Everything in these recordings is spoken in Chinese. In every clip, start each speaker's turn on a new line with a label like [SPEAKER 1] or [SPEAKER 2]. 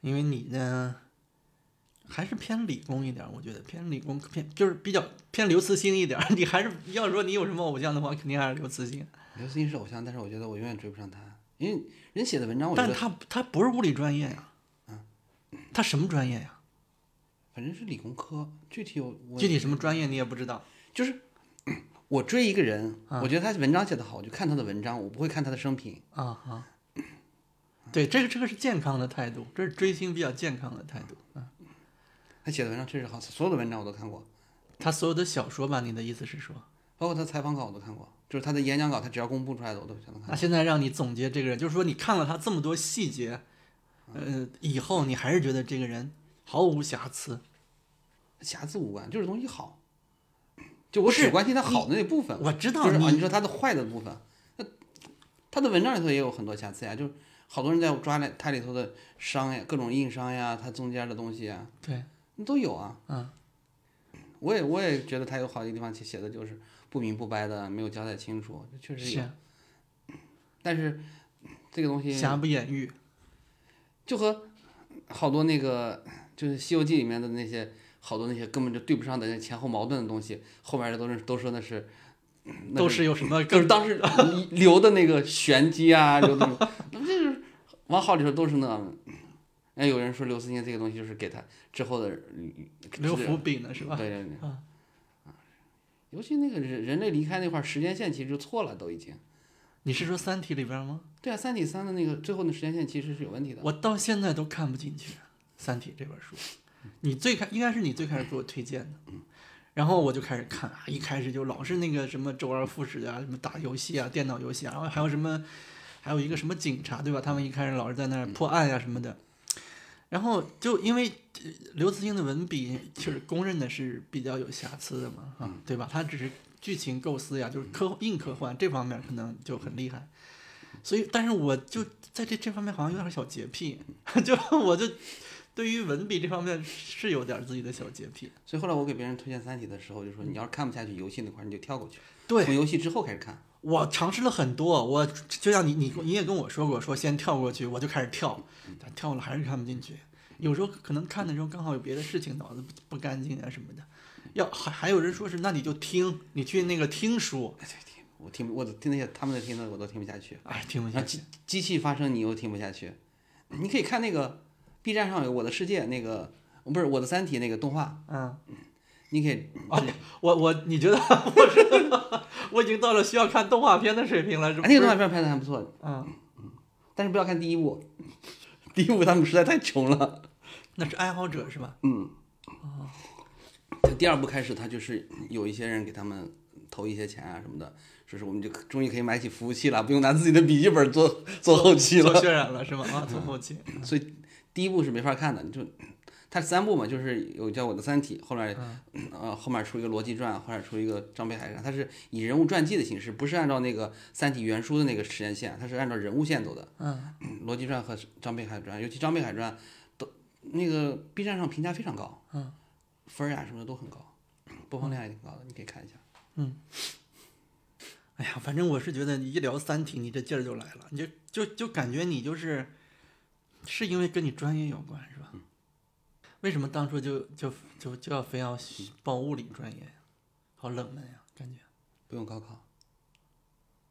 [SPEAKER 1] 因为你呢还是偏理工一点儿，我觉得偏理工偏就是比较偏刘慈欣一点儿。 你还是要说你有什么偶像的话，肯定还是刘慈欣。
[SPEAKER 2] 刘慈欣是偶像，但是我觉得我永远追不上他，因为人写的文章，我觉
[SPEAKER 1] 但
[SPEAKER 2] 得嗯
[SPEAKER 1] 他他不是物理专业呀，他什么专业呀？
[SPEAKER 2] 反正是理工科，具体我我
[SPEAKER 1] 具体什么专业你也不知道。
[SPEAKER 2] 就是。 我追一个人，我
[SPEAKER 1] 嗯
[SPEAKER 2] 觉得他文章写得好，我就看他的文章，我不会看他的生平。
[SPEAKER 1] 啊啊，对，这个这个是健康的态度，这是追星比较健康的态度。
[SPEAKER 2] 他写的文章确实好，所有的文章我都看过，
[SPEAKER 1] 他所有的小说吧，你的意思是说，
[SPEAKER 2] 包括他采访稿我都看过，就是他的演讲稿，他只要公布出来的我都全都看
[SPEAKER 1] 那。现在让你总结这个人，就是说你看了他这么多细节，呃，以后你还是觉得这个人毫无瑕疵。
[SPEAKER 2] 瑕疵无关，就是东西好。就我只关心它好的那部分，
[SPEAKER 1] 我知道
[SPEAKER 2] 就是啊，
[SPEAKER 1] 你
[SPEAKER 2] 你说它的坏的部分，那他的文章里头也有很多瑕疵呀，就是好多人在抓来它里头的伤呀，各种硬伤呀，它中间的东西呀，
[SPEAKER 1] 对，
[SPEAKER 2] 那都有啊。
[SPEAKER 1] 嗯，
[SPEAKER 2] 我也我也觉得它有好的地方，写写的就是不明不白的，没有交代清楚，确实有。
[SPEAKER 1] 是
[SPEAKER 2] 但是这个东西
[SPEAKER 1] 瑕不掩瑜。
[SPEAKER 2] 就和好多那个就是《西游记》里面的那些好多那些根本就对不上的那前后矛盾的东西，后面的都是都说那是，嗯那
[SPEAKER 1] 都是有什么
[SPEAKER 2] 就
[SPEAKER 1] 更
[SPEAKER 2] 是当时 留的那个玄机啊，留的那种，那不就是往好里说都是那。哎，有人说刘慈欣这个东西就是给他之后的
[SPEAKER 1] 留伏笔呢？是吧？
[SPEAKER 2] 对对对，
[SPEAKER 1] 啊
[SPEAKER 2] 尤其那个人人类离开那块儿时间线其实就错了，都已经。
[SPEAKER 1] 你是说《三体》里边吗？
[SPEAKER 2] 对啊，《三体三》的那个最后的时间线其实是有问题的。
[SPEAKER 1] 我到现在都看不进去《三体》这本书。
[SPEAKER 2] 嗯
[SPEAKER 1] 你最开应该是你最开始给我推荐的，然后我就开始看啊，一开始就老是那个什么周而复始啊，什么打游戏啊，电脑游戏啊，然后还有什么，还有一个什么警察对吧？他们一开始老是在那儿
[SPEAKER 2] 嗯
[SPEAKER 1] 破案呀、什么的，然后就因为呃刘慈欣的文笔就是公认的是比较有瑕疵的嘛，
[SPEAKER 2] 嗯
[SPEAKER 1] 啊，对吧？他只是剧情构思呀，就是科硬科幻这方面可能就很厉害。所以，但是我就在这这方面好像有点小洁癖， 就我就对于文笔这方面是有点自己的小洁癖。
[SPEAKER 2] 所以后来我给别人推荐《三体》的时候，就说你要是看不下去游戏那块儿，你就跳过去，
[SPEAKER 1] 嗯对
[SPEAKER 2] 从游戏之后开始看。
[SPEAKER 1] 我尝试了很多，我就像你你你也跟我说过，说先跳过去，我就开始跳，但跳了还是看不进去。有时候可能看的时候刚好有别的事情，脑子不不干净啊什么的。要还还有人说是，那你就听，你去那个听书，
[SPEAKER 2] 哎，对听我听我都听那些他们的听的我都听不下去，
[SPEAKER 1] 哎，听不
[SPEAKER 2] 然
[SPEAKER 1] 下
[SPEAKER 2] 后
[SPEAKER 1] 去
[SPEAKER 2] 机。机器发声你又听不下去。你可以看那个 B 站上有《我的世界》那个，不是《我的三体》那个动画，
[SPEAKER 1] 嗯，
[SPEAKER 2] 你可以
[SPEAKER 1] 啊，我我你觉得 我是 我已经到了需要看动画片的水平了，是
[SPEAKER 2] 哎
[SPEAKER 1] 不
[SPEAKER 2] 那个
[SPEAKER 1] 是？
[SPEAKER 2] 动画片拍的还不错，
[SPEAKER 1] 嗯，
[SPEAKER 2] 但是不要看第一部，第一部他们实在太穷了。
[SPEAKER 1] 那是爱好者是吧？
[SPEAKER 2] 嗯，从第二部开始，他就是有一些人给他们投一些钱啊什么的，说是我们就可终于可以买起服务器了，不用拿自己的笔记本做做后期了。
[SPEAKER 1] 做渲染了是吗？啊，做后期。
[SPEAKER 2] 所以第一部是没法看的，你就它三部嘛，就是有叫《我的三体》，后来、
[SPEAKER 1] 嗯
[SPEAKER 2] 呃后面出一个罗辑传，后来出一个张北海战，它是以人物传记的形式，不是按照那个《三体》原书的那个时间线，它是按照人物线走的。
[SPEAKER 1] 嗯，
[SPEAKER 2] 罗辑传和张北海传，尤其张北海传都那个 B 站上评价非常高，
[SPEAKER 1] 嗯，
[SPEAKER 2] 分儿呀、什么的都很高，播放量也挺高的，你可以看一下。
[SPEAKER 1] 哎呀，反正我是觉得你一聊《三体》，你这劲儿就来了，你就就就感觉你就是，是因为跟你专业有关是吧？为什么当初就就就就要非要报物理专业呀？好冷门呀，感觉
[SPEAKER 2] 不用高考，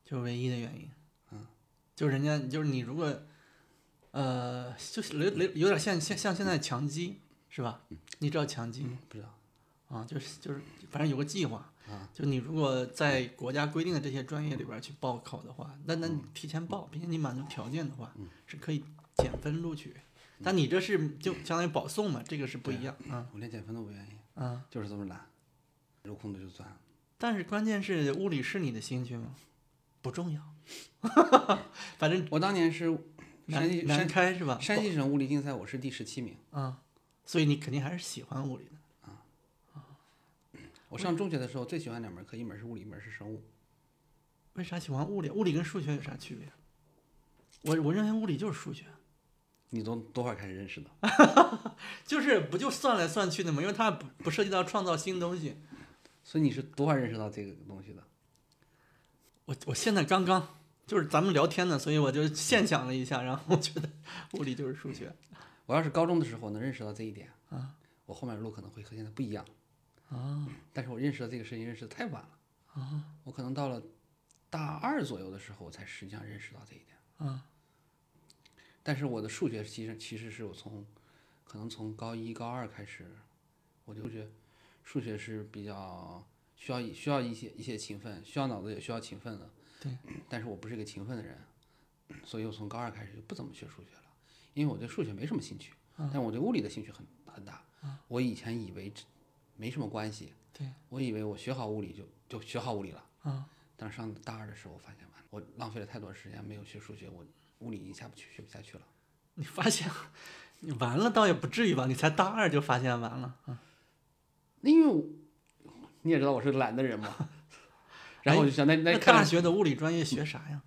[SPEAKER 1] 就是唯一的原因。嗯，就人家就是你如果，呃，就是有有有点像像像现在强基是吧？你知道强基吗？
[SPEAKER 2] 嗯不知道
[SPEAKER 1] 啊，就是就是，反正有个计划
[SPEAKER 2] 啊，
[SPEAKER 1] 就你如果在国家规定的这些专业里边儿去报考的话，那那你提前报，并且你满足条件的话，是可以减分录取。但你这是就相当于保送嘛，这个是不一样啊
[SPEAKER 2] 我连减分都不愿意，
[SPEAKER 1] 啊！
[SPEAKER 2] 就是这么懒，有空的就钻。
[SPEAKER 1] 但是关键是物理是你的兴趣吗？不重 要，反正
[SPEAKER 2] 我当年是山西
[SPEAKER 1] 南
[SPEAKER 2] 山
[SPEAKER 1] 南开是吧？
[SPEAKER 2] 山西省物理竞赛我是第十七名，
[SPEAKER 1] 啊，所以你肯定还是喜欢物理的。
[SPEAKER 2] 我上中学的时候最喜欢两门课，一门是物理，一门是生物。
[SPEAKER 1] 为啥喜欢物理？物理跟数学有啥区别？啊我我认为物理就是数学。
[SPEAKER 2] 你从多会儿开始认识的？
[SPEAKER 1] 就是不就算来算去的嘛，因为它不不涉及到创造新东西。
[SPEAKER 2] 所以你是多会儿认识到这个东西的？
[SPEAKER 1] 我我现在刚刚就是咱们聊天呢，所以我就现想了一下，然后我觉得物理就是数学。
[SPEAKER 2] 我要是高中的时候能认识到这一点啊，我后面的路可能会和现在不一样啊。但是我认识到这个事情认识的太晚了啊，我可能到了大二左右的时候，我才实际上认识到这一点啊。但是我的数学其实其实是我从可能从高一高二开始，我就觉得数学是比较需要一需要一些一些勤奋，需要脑子也需要勤奋的。
[SPEAKER 1] 对，
[SPEAKER 2] 但是我不是一个勤奋的人，所以我从高二开始就不怎么学数学了，因为我对数学没什么兴趣，
[SPEAKER 1] 啊
[SPEAKER 2] 但我对物理的兴趣很很大。我以前以为这没什么关系，
[SPEAKER 1] 对
[SPEAKER 2] 我以为我学好物理就就学好物理了。
[SPEAKER 1] 啊，
[SPEAKER 2] 但是上大二的时候，我发现完了，我浪费了太多时间没有学数学，我物理已经下不去，学不下去了。
[SPEAKER 1] 你发现你完了，倒也不至于吧？你才大二就发现
[SPEAKER 2] 啊
[SPEAKER 1] 完了，
[SPEAKER 2] 那因为我你也知道我是个懒的人 嘛，然后我就想，那
[SPEAKER 1] 哎那
[SPEAKER 2] 看
[SPEAKER 1] 大学的物理专业学啥呀？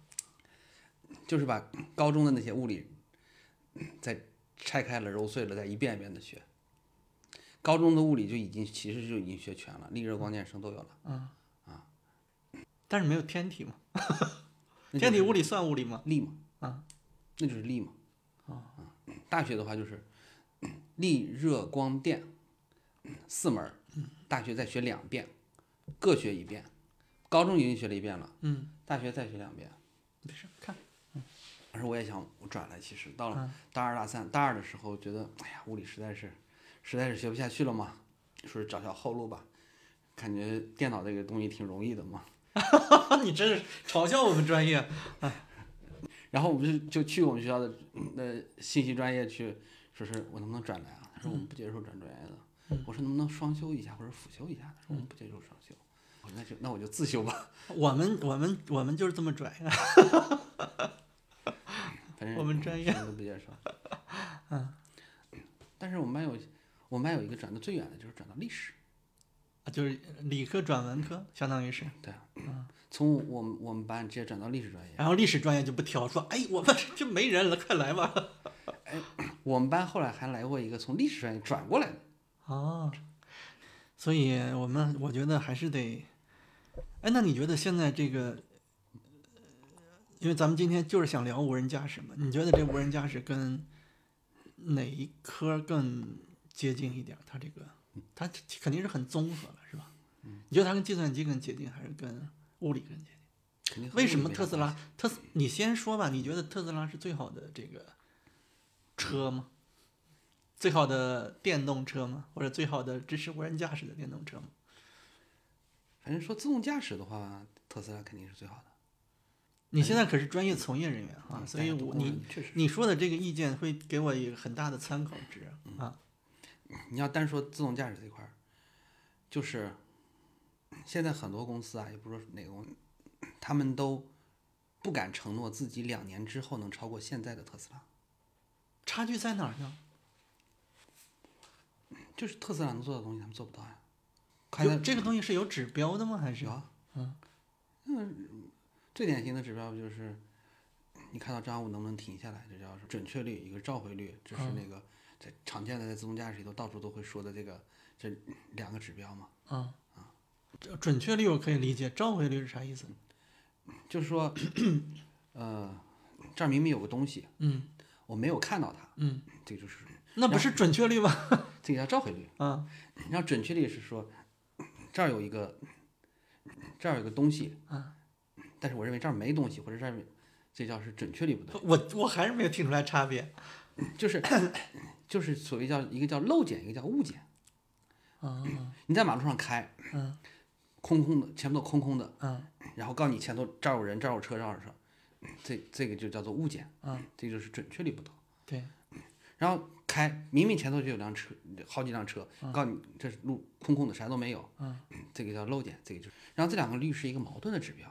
[SPEAKER 2] 就是把高中的那些物理再拆开了、揉碎了，再一遍一遍的学。高中的物理就已经其实就已经学全了，力热光电生都有了。
[SPEAKER 1] 但是没有天体嘛，
[SPEAKER 2] 那就
[SPEAKER 1] 天体
[SPEAKER 2] 是
[SPEAKER 1] 物理算物理吗？
[SPEAKER 2] 力嘛，啊，那就是力嘛。啊，大学的话就是力热光电四门儿，大学再学两遍，各学一遍。高中已经学了一遍了，
[SPEAKER 1] 嗯，
[SPEAKER 2] 大学再学两遍。
[SPEAKER 1] 没事，看
[SPEAKER 2] 当时我也想我转来，其实到了大二大三，大二的时候觉得，哎呀，物理实在是，实在是学不下去了嘛，说是找条后路吧，感觉电脑这个东西挺容易的嘛。
[SPEAKER 1] 你真是嘲笑我们专业。
[SPEAKER 2] 然后我们就就去我们学校的呃信息专业去，说是我能不能转来啊？他说我们不接受转专业的。
[SPEAKER 1] 嗯
[SPEAKER 2] 我说能不能双修一下或者辅修一下？他说我们不接受双修。我说那就那我就自修吧，
[SPEAKER 1] 我们我们我们就是这么拽，
[SPEAKER 2] 反正
[SPEAKER 1] 我们专业
[SPEAKER 2] 什么都 不接受。嗯，但是我们班有我们班有一个转的最远的就是转到历史。
[SPEAKER 1] 就是理科转文科，相当于是。
[SPEAKER 2] 从我们我们班直接转到历史专业。
[SPEAKER 1] 然后历史专业就不挑，说哎，我们 这没人了，快来吧。
[SPEAKER 2] 我们班后来还来过一个从历史专业转过来的，
[SPEAKER 1] 哦，所以我们我觉得还是得，哎，那你觉得现在这个，因为咱们今天就是想聊无人驾驶嘛，你觉得这无人驾驶跟哪一科更接近一点？它这个，它肯定是很综合了，是吧？你觉得它跟计算机更接近，还是跟物理更接近？
[SPEAKER 2] 肯定和
[SPEAKER 1] 为什
[SPEAKER 2] 物理
[SPEAKER 1] 么
[SPEAKER 2] 没
[SPEAKER 1] 特斯
[SPEAKER 2] 关
[SPEAKER 1] 拉？特斯，你先说吧，你觉得特斯拉是最好的这个车吗？最好的电动车吗？或者最好的支持无人驾驶的电动车吗？
[SPEAKER 2] 系？反正说自动驾驶的话，特斯拉肯定是最好的
[SPEAKER 1] 你现在可是专业从业人员啊，
[SPEAKER 2] 嗯
[SPEAKER 1] 所以
[SPEAKER 2] 大家都
[SPEAKER 1] 我
[SPEAKER 2] 公认
[SPEAKER 1] 你
[SPEAKER 2] 确实，
[SPEAKER 1] 你说的这个意见会给我一个很大的参考值啊。
[SPEAKER 2] 你要单说自动驾驶这块儿，就是现在很多公司啊，也不是说哪个公司，他们都不敢承诺自己两年之后能超过现在的特斯拉，
[SPEAKER 1] 差距在哪儿呢？
[SPEAKER 2] 就是特斯拉能做的东西他们做不到呀。看
[SPEAKER 1] 有
[SPEAKER 2] 在
[SPEAKER 1] 这个东西是有指标的吗？还是
[SPEAKER 2] 有啊，嗯，最典型的指标就是你看到账务能不能停下来，这叫是准确率，一个召回率，这
[SPEAKER 1] 嗯
[SPEAKER 2] 是那个在常见的在自动驾驶里头到处都会说的这个这两个指标嘛，
[SPEAKER 1] 这准确率我可以理解，召回率是啥意思？
[SPEAKER 2] 就是说，呃，这儿明明有个东西，
[SPEAKER 1] 嗯，
[SPEAKER 2] 我没有看到它，
[SPEAKER 1] 嗯，
[SPEAKER 2] 这个就是
[SPEAKER 1] 那不是准确率吗？
[SPEAKER 2] 这个叫召回率，
[SPEAKER 1] 啊
[SPEAKER 2] 然后准确率是说这儿有一个这儿有个东西，
[SPEAKER 1] 啊，
[SPEAKER 2] 但是我认为这儿没东西，或者这儿没这叫是准确率不对。
[SPEAKER 1] 我我还是没有听出来差别
[SPEAKER 2] 就是就是所谓叫一个叫漏检，一个叫误检。
[SPEAKER 1] 啊。
[SPEAKER 2] 你在马路上开，
[SPEAKER 1] 嗯，
[SPEAKER 2] 空空的，前面都空空的，
[SPEAKER 1] 嗯，
[SPEAKER 2] 然后告诉你前头这儿有人，这儿有车，这儿有车，这这个就叫做误检，
[SPEAKER 1] 嗯，
[SPEAKER 2] 这就是准确率不同。
[SPEAKER 1] 对，
[SPEAKER 2] 然后开，明明前头就有辆车，好几辆车，告诉你这是路空空的，啥都没有，
[SPEAKER 1] 嗯，
[SPEAKER 2] 这个叫漏检，这个就是，然后这两个率是一个矛盾的指标。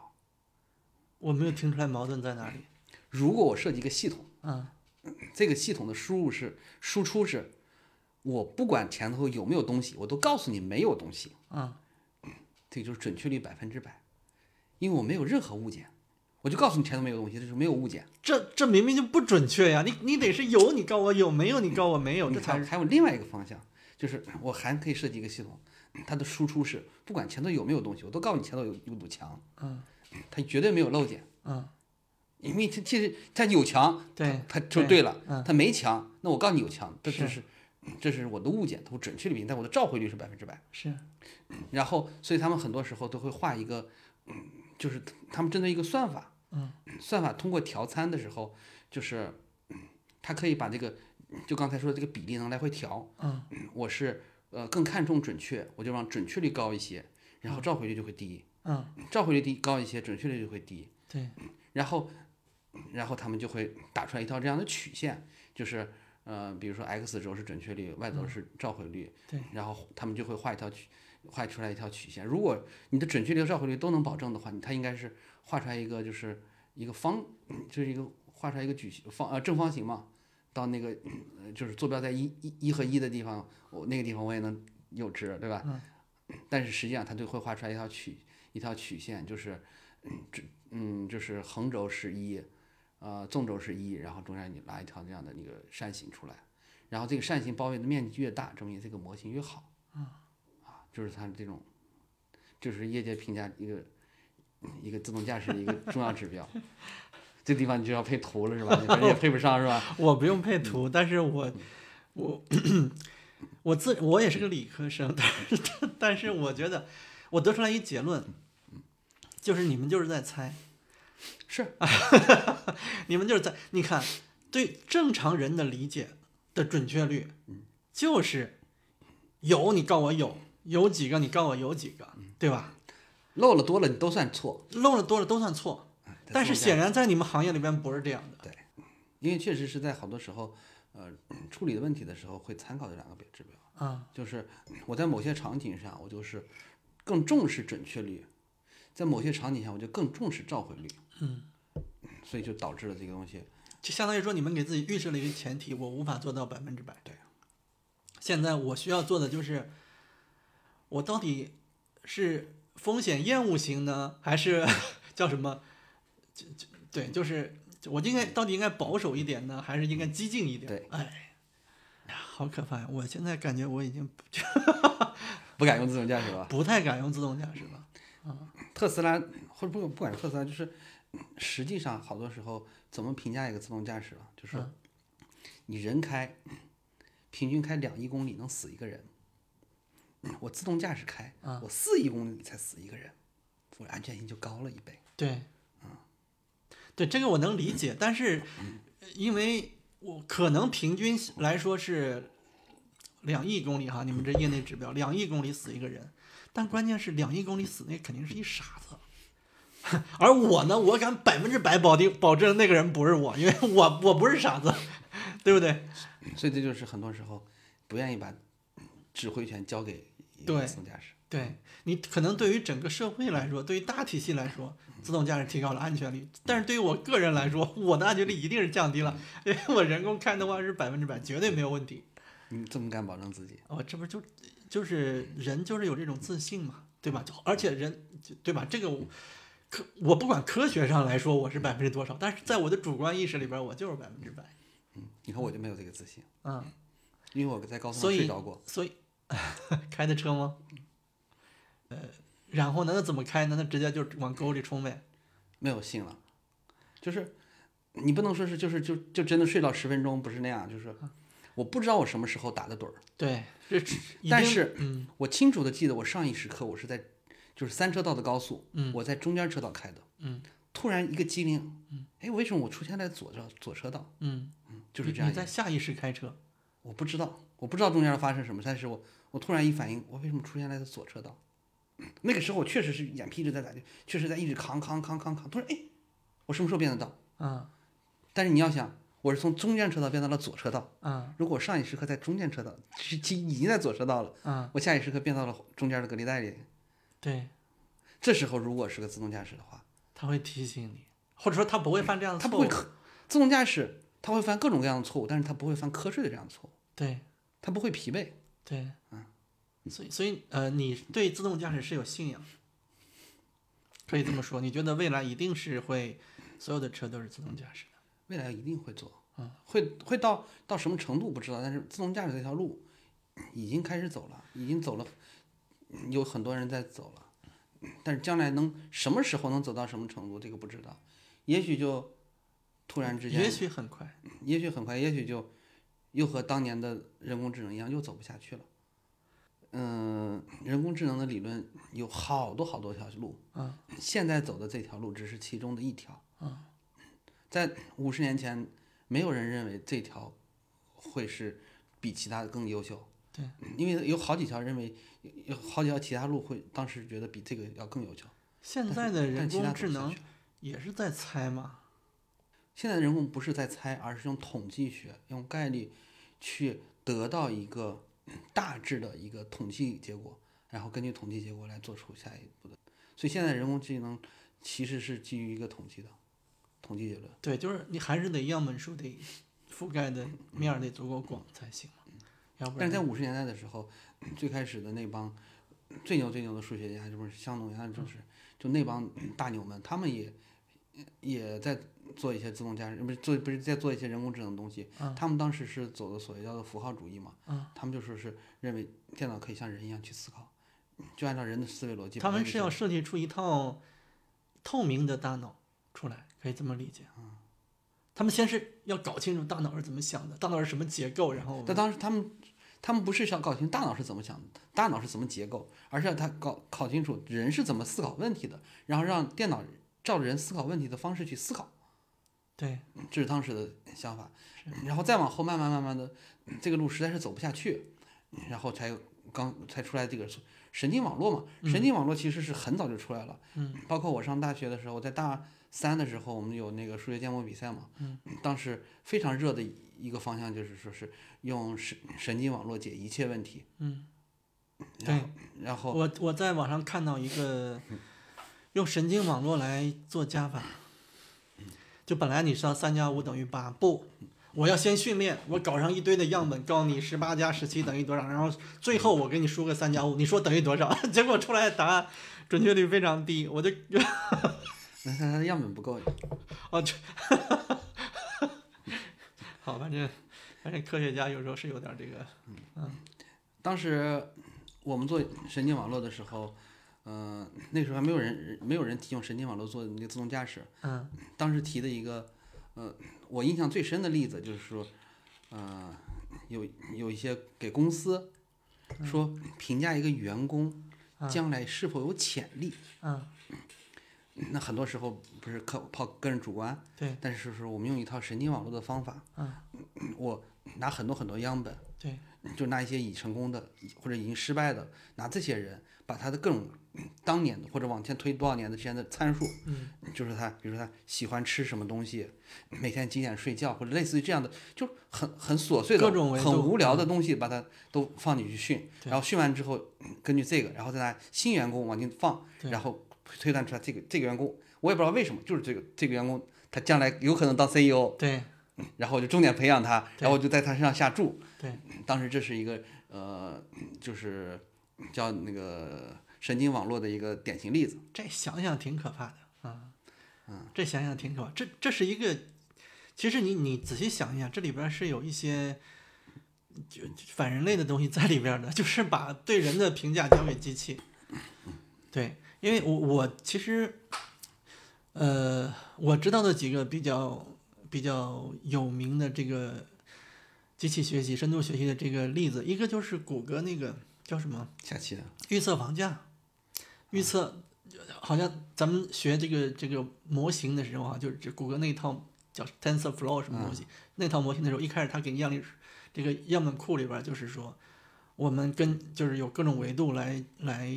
[SPEAKER 1] 我没有听出来矛盾在哪里。
[SPEAKER 2] 如果我设计一个系统，
[SPEAKER 1] 嗯，
[SPEAKER 2] 这个系统的输入是输出是，我不管前头有没有东西，我都告诉你没有东西，
[SPEAKER 1] 嗯，
[SPEAKER 2] 这就是准确率百分之百，因为我没有任何误解，我就告诉你前头没有东西，这是没有误解。
[SPEAKER 1] 这这明明就不准确呀！你你得是有，你告我有；没有，你告我没有，
[SPEAKER 2] 你
[SPEAKER 1] 这才
[SPEAKER 2] 还
[SPEAKER 1] 是
[SPEAKER 2] 还有另外一个方向，就是我还可以设计一个系统，它的输出是不管前头有没有东西，我都告诉你前头有有堵墙，
[SPEAKER 1] 嗯，
[SPEAKER 2] 它绝对没有漏检，
[SPEAKER 1] 嗯，
[SPEAKER 2] 因为它其实它有墙，
[SPEAKER 1] 对
[SPEAKER 2] 它就
[SPEAKER 1] 对嗯
[SPEAKER 2] 对了，它没墙，那我告诉你有枪，这
[SPEAKER 1] 是
[SPEAKER 2] 这是嗯这是我的误解，我准确率比你，但我的召回率是百分之百。
[SPEAKER 1] 是
[SPEAKER 2] 然后，所以他们很多时候都会画一个，嗯就是他们针对一个算法，
[SPEAKER 1] 嗯，
[SPEAKER 2] 算法通过调参的时候，就是嗯它可以把这个，就刚才说的这个比例能来回调。
[SPEAKER 1] 嗯，
[SPEAKER 2] 我是呃更看重准确，我就让准确率高一些，然后召回率就会低，
[SPEAKER 1] 嗯，
[SPEAKER 2] 召回率低高一些，准确率就会低。嗯
[SPEAKER 1] 对，
[SPEAKER 2] 然后，然后他们就会打出来一条这样的曲线，就是呃，比如说 x 轴是准确率，y 轴是召回率，
[SPEAKER 1] 嗯对，
[SPEAKER 2] 然后他们就会画一条曲，画出来一条曲线。如果你的准确率和召回率都能保证的话，你它应该是画出来一个就是一个方，就是一个画出来一个矩形方呃正方形嘛，到那个呃就是坐标在一一一和一的地方，我那个地方我也能有值，对吧？
[SPEAKER 1] 嗯
[SPEAKER 2] 但是实际上它就会画出来一条曲一条曲线，就是嗯，就是横轴是一，呃，纵轴是一，然后中间你拉一条这样的一个扇形出来，然后这个扇形包围的面积越大，证明这个模型越好。啊，就是它这种，就是业界评价一个一个自动驾驶的一个重要指标。 这地方你就要配图了是吧？你反正也配不上是吧？
[SPEAKER 1] 我不用配图，但是我我我自我也是个理科生，但是但是我觉得我得出来一结论，嗯就是你们就是在猜，
[SPEAKER 2] 是，
[SPEAKER 1] 你们就是在你看对正常人的理解的准确率，就是有你告我有，有几个你告我有几个，对吧？
[SPEAKER 2] 漏了多了你都算错。
[SPEAKER 1] 漏了多了都算错，
[SPEAKER 2] 哎
[SPEAKER 1] 但是
[SPEAKER 2] 自动驾
[SPEAKER 1] 显然在你们行业里边不是这样的。
[SPEAKER 2] 因为确实是在好多时候，呃，处理的问题的时候会参考这两个指标。
[SPEAKER 1] 啊，
[SPEAKER 2] 就是 我在某些场景上，我就是更重视准确率；在某些场景下，我就更重视召回率。嗯，所以就导致了这个东西。
[SPEAKER 1] 就相当于说你们给自己预设了一个前提，我无法做到百分之百。
[SPEAKER 2] 对啊
[SPEAKER 1] 现在我需要做的就是，我到底是风险厌恶型呢，还是 叫什么？就就对，就是我应该到底应该保守一点呢，还是应该激进一点？
[SPEAKER 2] 对，
[SPEAKER 1] 哎，呀，好可怕呀！我现在感觉我已经
[SPEAKER 2] 不敢用自动驾驶了。
[SPEAKER 1] 不太敢用自动驾驶了。
[SPEAKER 2] 特斯拉或者不不管是特斯拉，就是实际上好多时候怎么评价一个自动驾驶啊？就是
[SPEAKER 1] 嗯
[SPEAKER 2] 你人开，平均开两亿公里能死一个人。我自动驾驶开，
[SPEAKER 1] 啊
[SPEAKER 2] 我四亿公里才死一个人，我安全性就高了 一倍。
[SPEAKER 1] 对，对，这个我能理解，但是呃因为我可能平均来说是两亿公里哈，你们这业内指标，两亿公里死一个人，但关键是两亿公里死那肯定是一傻子。 而我呢，我敢百分之百保定保证那个人不是我，因为我我不是傻子，对不对？
[SPEAKER 2] 所以这就是很多时候不愿意把指挥权交给一个
[SPEAKER 1] 对
[SPEAKER 2] 自动驾驶。
[SPEAKER 1] 对你可能对于整个社会来说，对于大体系来说，自动驾驶提高了安全率，但是对于我个人来说，我的安全率一定是降低了，因为我人工开的话是百分之百，绝对没有问题。
[SPEAKER 2] 你这么敢保证自己？
[SPEAKER 1] 哦，这不就就是人就是有这种自信嘛，对吧？就而且人就对吧？这个我科我不管科学上来说我是百分之多少，但是在我的主观意识里边，我就是百分之百。
[SPEAKER 2] 嗯，你看我就没有这个自信，
[SPEAKER 1] 嗯，
[SPEAKER 2] 因为我在高速
[SPEAKER 1] 所
[SPEAKER 2] 上
[SPEAKER 1] 以
[SPEAKER 2] 睡着过。
[SPEAKER 1] 所以 开的车吗？呃，然后呢？那怎么开呢？那直接就往沟里冲呗。
[SPEAKER 2] 没有信了，就是你不能说是就是就就真的睡到十分钟，不是那样，就是我不知道我什么时候打的盹儿，
[SPEAKER 1] 对，这一
[SPEAKER 2] 但
[SPEAKER 1] 定
[SPEAKER 2] 是
[SPEAKER 1] 嗯
[SPEAKER 2] 我清楚的记得我上一时刻我是在就是三车道的高速，
[SPEAKER 1] 嗯
[SPEAKER 2] 我在中间车道开的，
[SPEAKER 1] 嗯，
[SPEAKER 2] 突然一个机灵，嗯，哎，为什么我出现在左车左车道？
[SPEAKER 1] 嗯，
[SPEAKER 2] 嗯，就是
[SPEAKER 1] 你
[SPEAKER 2] 这样一
[SPEAKER 1] 你在下意识开车，
[SPEAKER 2] 我不知道，我不知道中间发生什么，但是我我突然一反应，我为什么出现在他左车道？那个时候我确实是眼皮一直在打，确实在一直扛扛扛扛扛。突然，哎，我什么时候变得到？
[SPEAKER 1] 嗯
[SPEAKER 2] 但是你要想，我是从中间车道变到了左车道。
[SPEAKER 1] 嗯
[SPEAKER 2] 如果我上一时刻在中间车道，是已已经在左车道了，
[SPEAKER 1] 嗯，
[SPEAKER 2] 我下一时刻变到了中间的隔离带里。
[SPEAKER 1] 对，
[SPEAKER 2] 这时候如果是个自动驾驶的话，
[SPEAKER 1] 他会提醒你，或者说他不会犯这样的
[SPEAKER 2] 它不
[SPEAKER 1] 错误
[SPEAKER 2] 会，科自动驾驶，它会犯各种各样的错误，但是它不会犯瞌睡的这样的错误，
[SPEAKER 1] 对
[SPEAKER 2] 它不会疲惫。
[SPEAKER 1] 对，
[SPEAKER 2] 嗯
[SPEAKER 1] 所以所以呃，你对自动驾驶是有信仰，可以这么说，你觉得未来一定是会所有的车都是自动驾驶的，
[SPEAKER 2] 未来一定会做，嗯，会会到到什么程度不知道，但是自动驾驶这条路已经开始走了，已经走了，有很多人在走了，但是将来能什么时候能走到什么程度，这个不知道，也许就突然之间，
[SPEAKER 1] 也许很快，
[SPEAKER 2] 也许很快，也许就又和当年的人工智能一样，又走不下去了。嗯，人工智能的理论有好多好多条路，
[SPEAKER 1] 啊，
[SPEAKER 2] 现在走的这条路只是其中的一条，在五十年前，没有人认为这条会是比其他的更优秀，嗯
[SPEAKER 1] 对，
[SPEAKER 2] 因为有好几条认为有有好几条其他路会当时觉得比这个要更优秀，
[SPEAKER 1] 现在的人
[SPEAKER 2] 但其他
[SPEAKER 1] 工
[SPEAKER 2] 走不
[SPEAKER 1] 智
[SPEAKER 2] 下
[SPEAKER 1] 能
[SPEAKER 2] 去了
[SPEAKER 1] 也是在猜嘛，
[SPEAKER 2] 现在的人工不是在猜，而是用统计学、用概率去得到一个 大致的一个统计结果，然后根据统计结果来做出下一步的。所以现在人工智能其实是基于一个统计的统计理论。
[SPEAKER 1] 对，就是你还是得样本数得覆盖的面儿得足够广才行
[SPEAKER 2] 嗯
[SPEAKER 1] 嘛，要不
[SPEAKER 2] 但
[SPEAKER 1] 然
[SPEAKER 2] 是在五十年代的时候，最开始的那帮最牛最牛的数学家，就是像诺亚，就是就那帮大牛们，他们也也在做一些自动驾驶，不是做不是在做一些人工智能的东西。
[SPEAKER 1] 嗯
[SPEAKER 2] 他们当时是走的所谓叫做符号主义嘛，
[SPEAKER 1] 嗯
[SPEAKER 2] 他们就说是认为电脑可以像人一样去思考，就按照人的思维逻辑把
[SPEAKER 1] 他
[SPEAKER 2] 人
[SPEAKER 1] 们
[SPEAKER 2] 给
[SPEAKER 1] 是
[SPEAKER 2] 整
[SPEAKER 1] 要设计出一套透明的大脑出来，可以这么理解。他们先是要搞清楚大脑是怎么想的，大脑是什么结构，然后我们
[SPEAKER 2] 但当时他们他们不是想搞清大脑是怎么想的，大脑是怎么结构，而是要他搞搞清楚人是怎么思考问题的，然后让电脑照着人思考问题的方式去思考，
[SPEAKER 1] 对
[SPEAKER 2] 这是当时的想法。然后再往后慢慢慢慢的，这个路实在是走不下去，然后才有刚才出来这个神经网络嘛。神经网络其实是很早就出来了，
[SPEAKER 1] 嗯，
[SPEAKER 2] 包括我上大学的时候，在大三的时候，我们有那个数学建模比赛嘛，
[SPEAKER 1] 嗯，
[SPEAKER 2] 当时非常热的一个方向就是说是用神神经网络解一切问题，
[SPEAKER 1] 嗯，
[SPEAKER 2] 然后然后
[SPEAKER 1] 我我在网上看到一个用神经网络来做加法，就本来你知道三加五等于八，不，我要先训练，我搞上一堆的样本，告诉你十八加十七等于多少，然后最后我给你输个三加五，你说等于多少， 结果出来的答案准确率非常低，我就
[SPEAKER 2] 那它的样本不够，
[SPEAKER 1] 哦，这，好，反正反正科学家有时候是有点这个，
[SPEAKER 2] 当时我们做神经网络的时候。嗯、那时候还没有人没有人提用神经网络做那个自动驾驶，
[SPEAKER 1] 嗯
[SPEAKER 2] 当时提的一个，呃，我印象最深的例子就是说，呃，有有一些给公司说评价一个员工
[SPEAKER 1] 啊
[SPEAKER 2] 将来是否有潜力，
[SPEAKER 1] 嗯，
[SPEAKER 2] 那很多时候不是靠靠个人主观，
[SPEAKER 1] 啊对
[SPEAKER 2] 但是说我们用一套神经网络的方法，
[SPEAKER 1] 嗯
[SPEAKER 2] 我拿很多很多样本，
[SPEAKER 1] 对，
[SPEAKER 2] 就拿一些已成功的或者已经失败的，拿这些人把他的各种当年的或者往前推多少年的之间的参数，
[SPEAKER 1] 嗯，
[SPEAKER 2] 就是他，比如说他喜欢吃什么东西，每天几点睡觉，或者类似于这样的，就很很琐碎的、
[SPEAKER 1] 各种维
[SPEAKER 2] 很
[SPEAKER 1] 度嗯
[SPEAKER 2] 无聊的东西，把它都放进去训，
[SPEAKER 1] 对
[SPEAKER 2] 然后训完之后，根据这个，然后再拿新员工往进放，
[SPEAKER 1] 对
[SPEAKER 2] 然后推断出来这个这个员工，我也不知道为什么，就是这个这个员工他将来有可能当 CEO，
[SPEAKER 1] 对
[SPEAKER 2] 嗯然后我就重点培养他，
[SPEAKER 1] 对
[SPEAKER 2] 然后我就在他身上下注。嗯
[SPEAKER 1] 对，
[SPEAKER 2] 当时这是一个呃，就是叫那个神经网络的一个典型例子。
[SPEAKER 1] 这想想挺可怕的啊，嗯，这想想挺可怕，这这是一个，其实你你仔细想一想，这里边是有一些。就就反人类的东西在里边的，就是把对人的评价交给机器。对，因为我我其实，呃，我知道的几个比较比较有名的这个机器学习、深度学习的这个例子，一个就是谷歌那个叫什么
[SPEAKER 2] 下期的
[SPEAKER 1] 预测房价，预测好像咱们学这个这个模型的时候啊，就是这谷歌那一套叫 TensorFlow 什么东西，那套模型的时候，一开始他给样例这个样本库里边儿就是说，我们跟就是有各种维度来来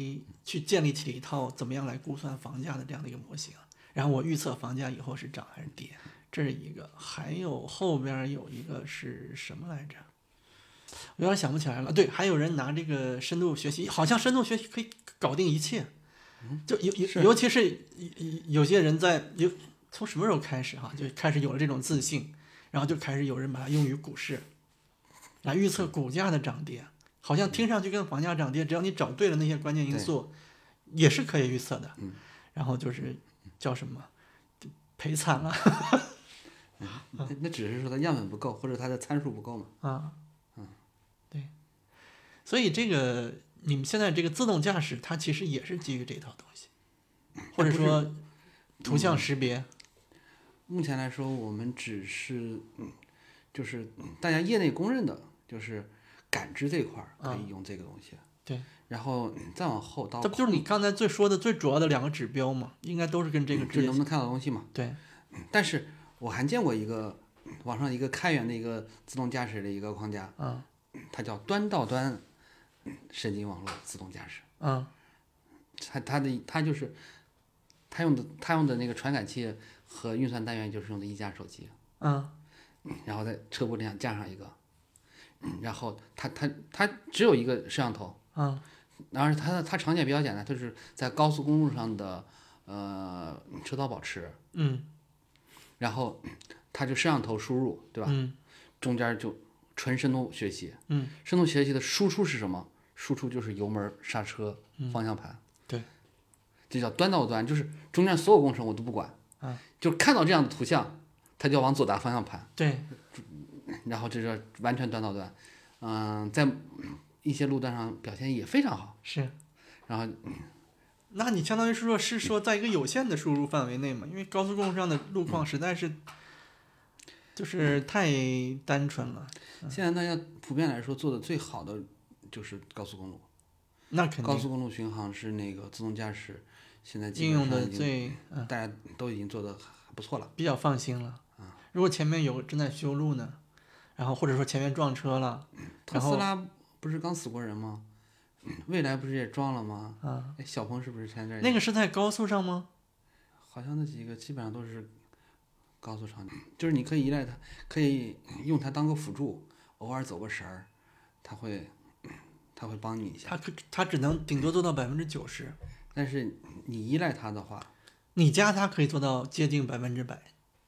[SPEAKER 1] 去建立起一套怎么样来估算房价的这样的一个模型，然后我预测房价以后是涨还是跌，这是一个，还有后边儿有一个是什么来着？我有点想不起来了。对，还有人拿这个深度学习，好像深度学习可以搞定一切，就尤
[SPEAKER 2] 是
[SPEAKER 1] 尤尤其是有有些人在有从什么时候开始哈、就开始有了这种自信，然后就开始有人把它用于股市，来预测股价的涨跌，好像听上去跟房价涨跌，只要你找对了那些关键因素，也是可以预测的。
[SPEAKER 2] 嗯
[SPEAKER 1] 然后就是叫什么赔惨了
[SPEAKER 2] 那那只是说它样本不够，或者它的参数不够嘛。
[SPEAKER 1] 啊，
[SPEAKER 2] 嗯
[SPEAKER 1] 对，所以这个你们现在这个自动驾驶，它其实也是基于这套东西，
[SPEAKER 2] 嗯
[SPEAKER 1] 或者说图像识别，
[SPEAKER 2] 目前来说，我们只是嗯就是大家业内公认的，就是感知这一块儿可以用这个东西。
[SPEAKER 1] 嗯对，
[SPEAKER 2] 然后嗯再往后到
[SPEAKER 1] 这不就是你刚才最说的最主要的两个指标嘛？应该都是跟这个
[SPEAKER 2] 嗯就
[SPEAKER 1] 直
[SPEAKER 2] 是
[SPEAKER 1] 接
[SPEAKER 2] 能不能看到东西嘛？嗯
[SPEAKER 1] 对，
[SPEAKER 2] 但是我还见过一个网上一个开源的一个自动驾驶的一个框架，
[SPEAKER 1] 嗯
[SPEAKER 2] 它叫端到端嗯神经网络自动驾驶。
[SPEAKER 1] 嗯
[SPEAKER 2] 它它的它就是它用的它用的那个传感器和运算单元就是用的一加手机，
[SPEAKER 1] 嗯
[SPEAKER 2] 然后在车玻璃上架上一个，嗯然后它它它只有一个摄像头，
[SPEAKER 1] 嗯
[SPEAKER 2] 然后它它场景比较简单，就是在高速公路上的呃车道保持，
[SPEAKER 1] 嗯
[SPEAKER 2] 然后它就摄像头输入，对吧？
[SPEAKER 1] 嗯
[SPEAKER 2] 中间就纯深度学习。
[SPEAKER 1] 嗯，
[SPEAKER 2] 深度学习的输出是什么？输出就是油门、刹车、方向盘。
[SPEAKER 1] 嗯对，
[SPEAKER 2] 这叫端到端，就是中间所有工程我都不管。
[SPEAKER 1] 啊，
[SPEAKER 2] 就是看到这样的图像，它就要往左打方向盘，
[SPEAKER 1] 对，
[SPEAKER 2] 然后这叫完全端到端。嗯、在一些路段上表现也非常好。
[SPEAKER 1] 是。
[SPEAKER 2] 然后
[SPEAKER 1] 那你相当于是说，是说在一个有限的输入范围内嘛？因为高速公路上的路
[SPEAKER 2] 嗯
[SPEAKER 1] 况实在是，就是太单纯了。
[SPEAKER 2] 现在大家普遍来说做的最好的就是高速公路，
[SPEAKER 1] 那肯
[SPEAKER 2] 高
[SPEAKER 1] 定
[SPEAKER 2] 速公路巡航是那个自动驾驶，现在基
[SPEAKER 1] 应用
[SPEAKER 2] 本上
[SPEAKER 1] 的
[SPEAKER 2] 已经
[SPEAKER 1] 最嗯
[SPEAKER 2] 大家都已经做的不错了。嗯
[SPEAKER 1] 比较放心了。如果前面有正在修路呢，然后或者说前面撞车了，
[SPEAKER 2] 特
[SPEAKER 1] 然
[SPEAKER 2] 斯
[SPEAKER 1] 后
[SPEAKER 2] 拉不是刚死过人吗？未来不是也撞了吗？
[SPEAKER 1] 啊，
[SPEAKER 2] 哎，小鹏是不是前阵儿也
[SPEAKER 1] 那个是在高速上吗？
[SPEAKER 2] 好像那几个基本上都是高速场景，就是你可以依赖它，可以用它当个辅助，偶尔走个神儿，它会它会帮你一下。
[SPEAKER 1] 它可它只能顶多做到百分之九十，
[SPEAKER 2] 但是你依赖它的话，
[SPEAKER 1] 你加它可以做到接近百分之百，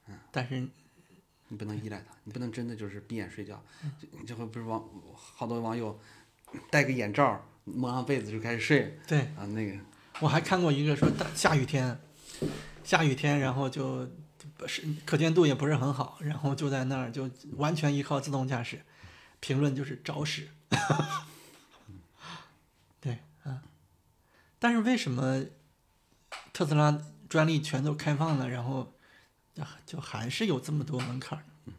[SPEAKER 2] 嗯
[SPEAKER 1] 但是
[SPEAKER 2] 你不能依赖它，你不能真的就是闭眼睡觉。就这回不是网好多网友戴个眼罩，蒙上被子就开始睡
[SPEAKER 1] 对
[SPEAKER 2] 啊，那个
[SPEAKER 1] 我还看过一个说大下雨天，下雨天然后就。是可见度也不是很好，然后就在那儿就完全依靠自动驾驶，评论就是找死。 对，嗯，但是为什么特斯拉专利全都开放了，然后啊就还是有这么多门槛儿呢？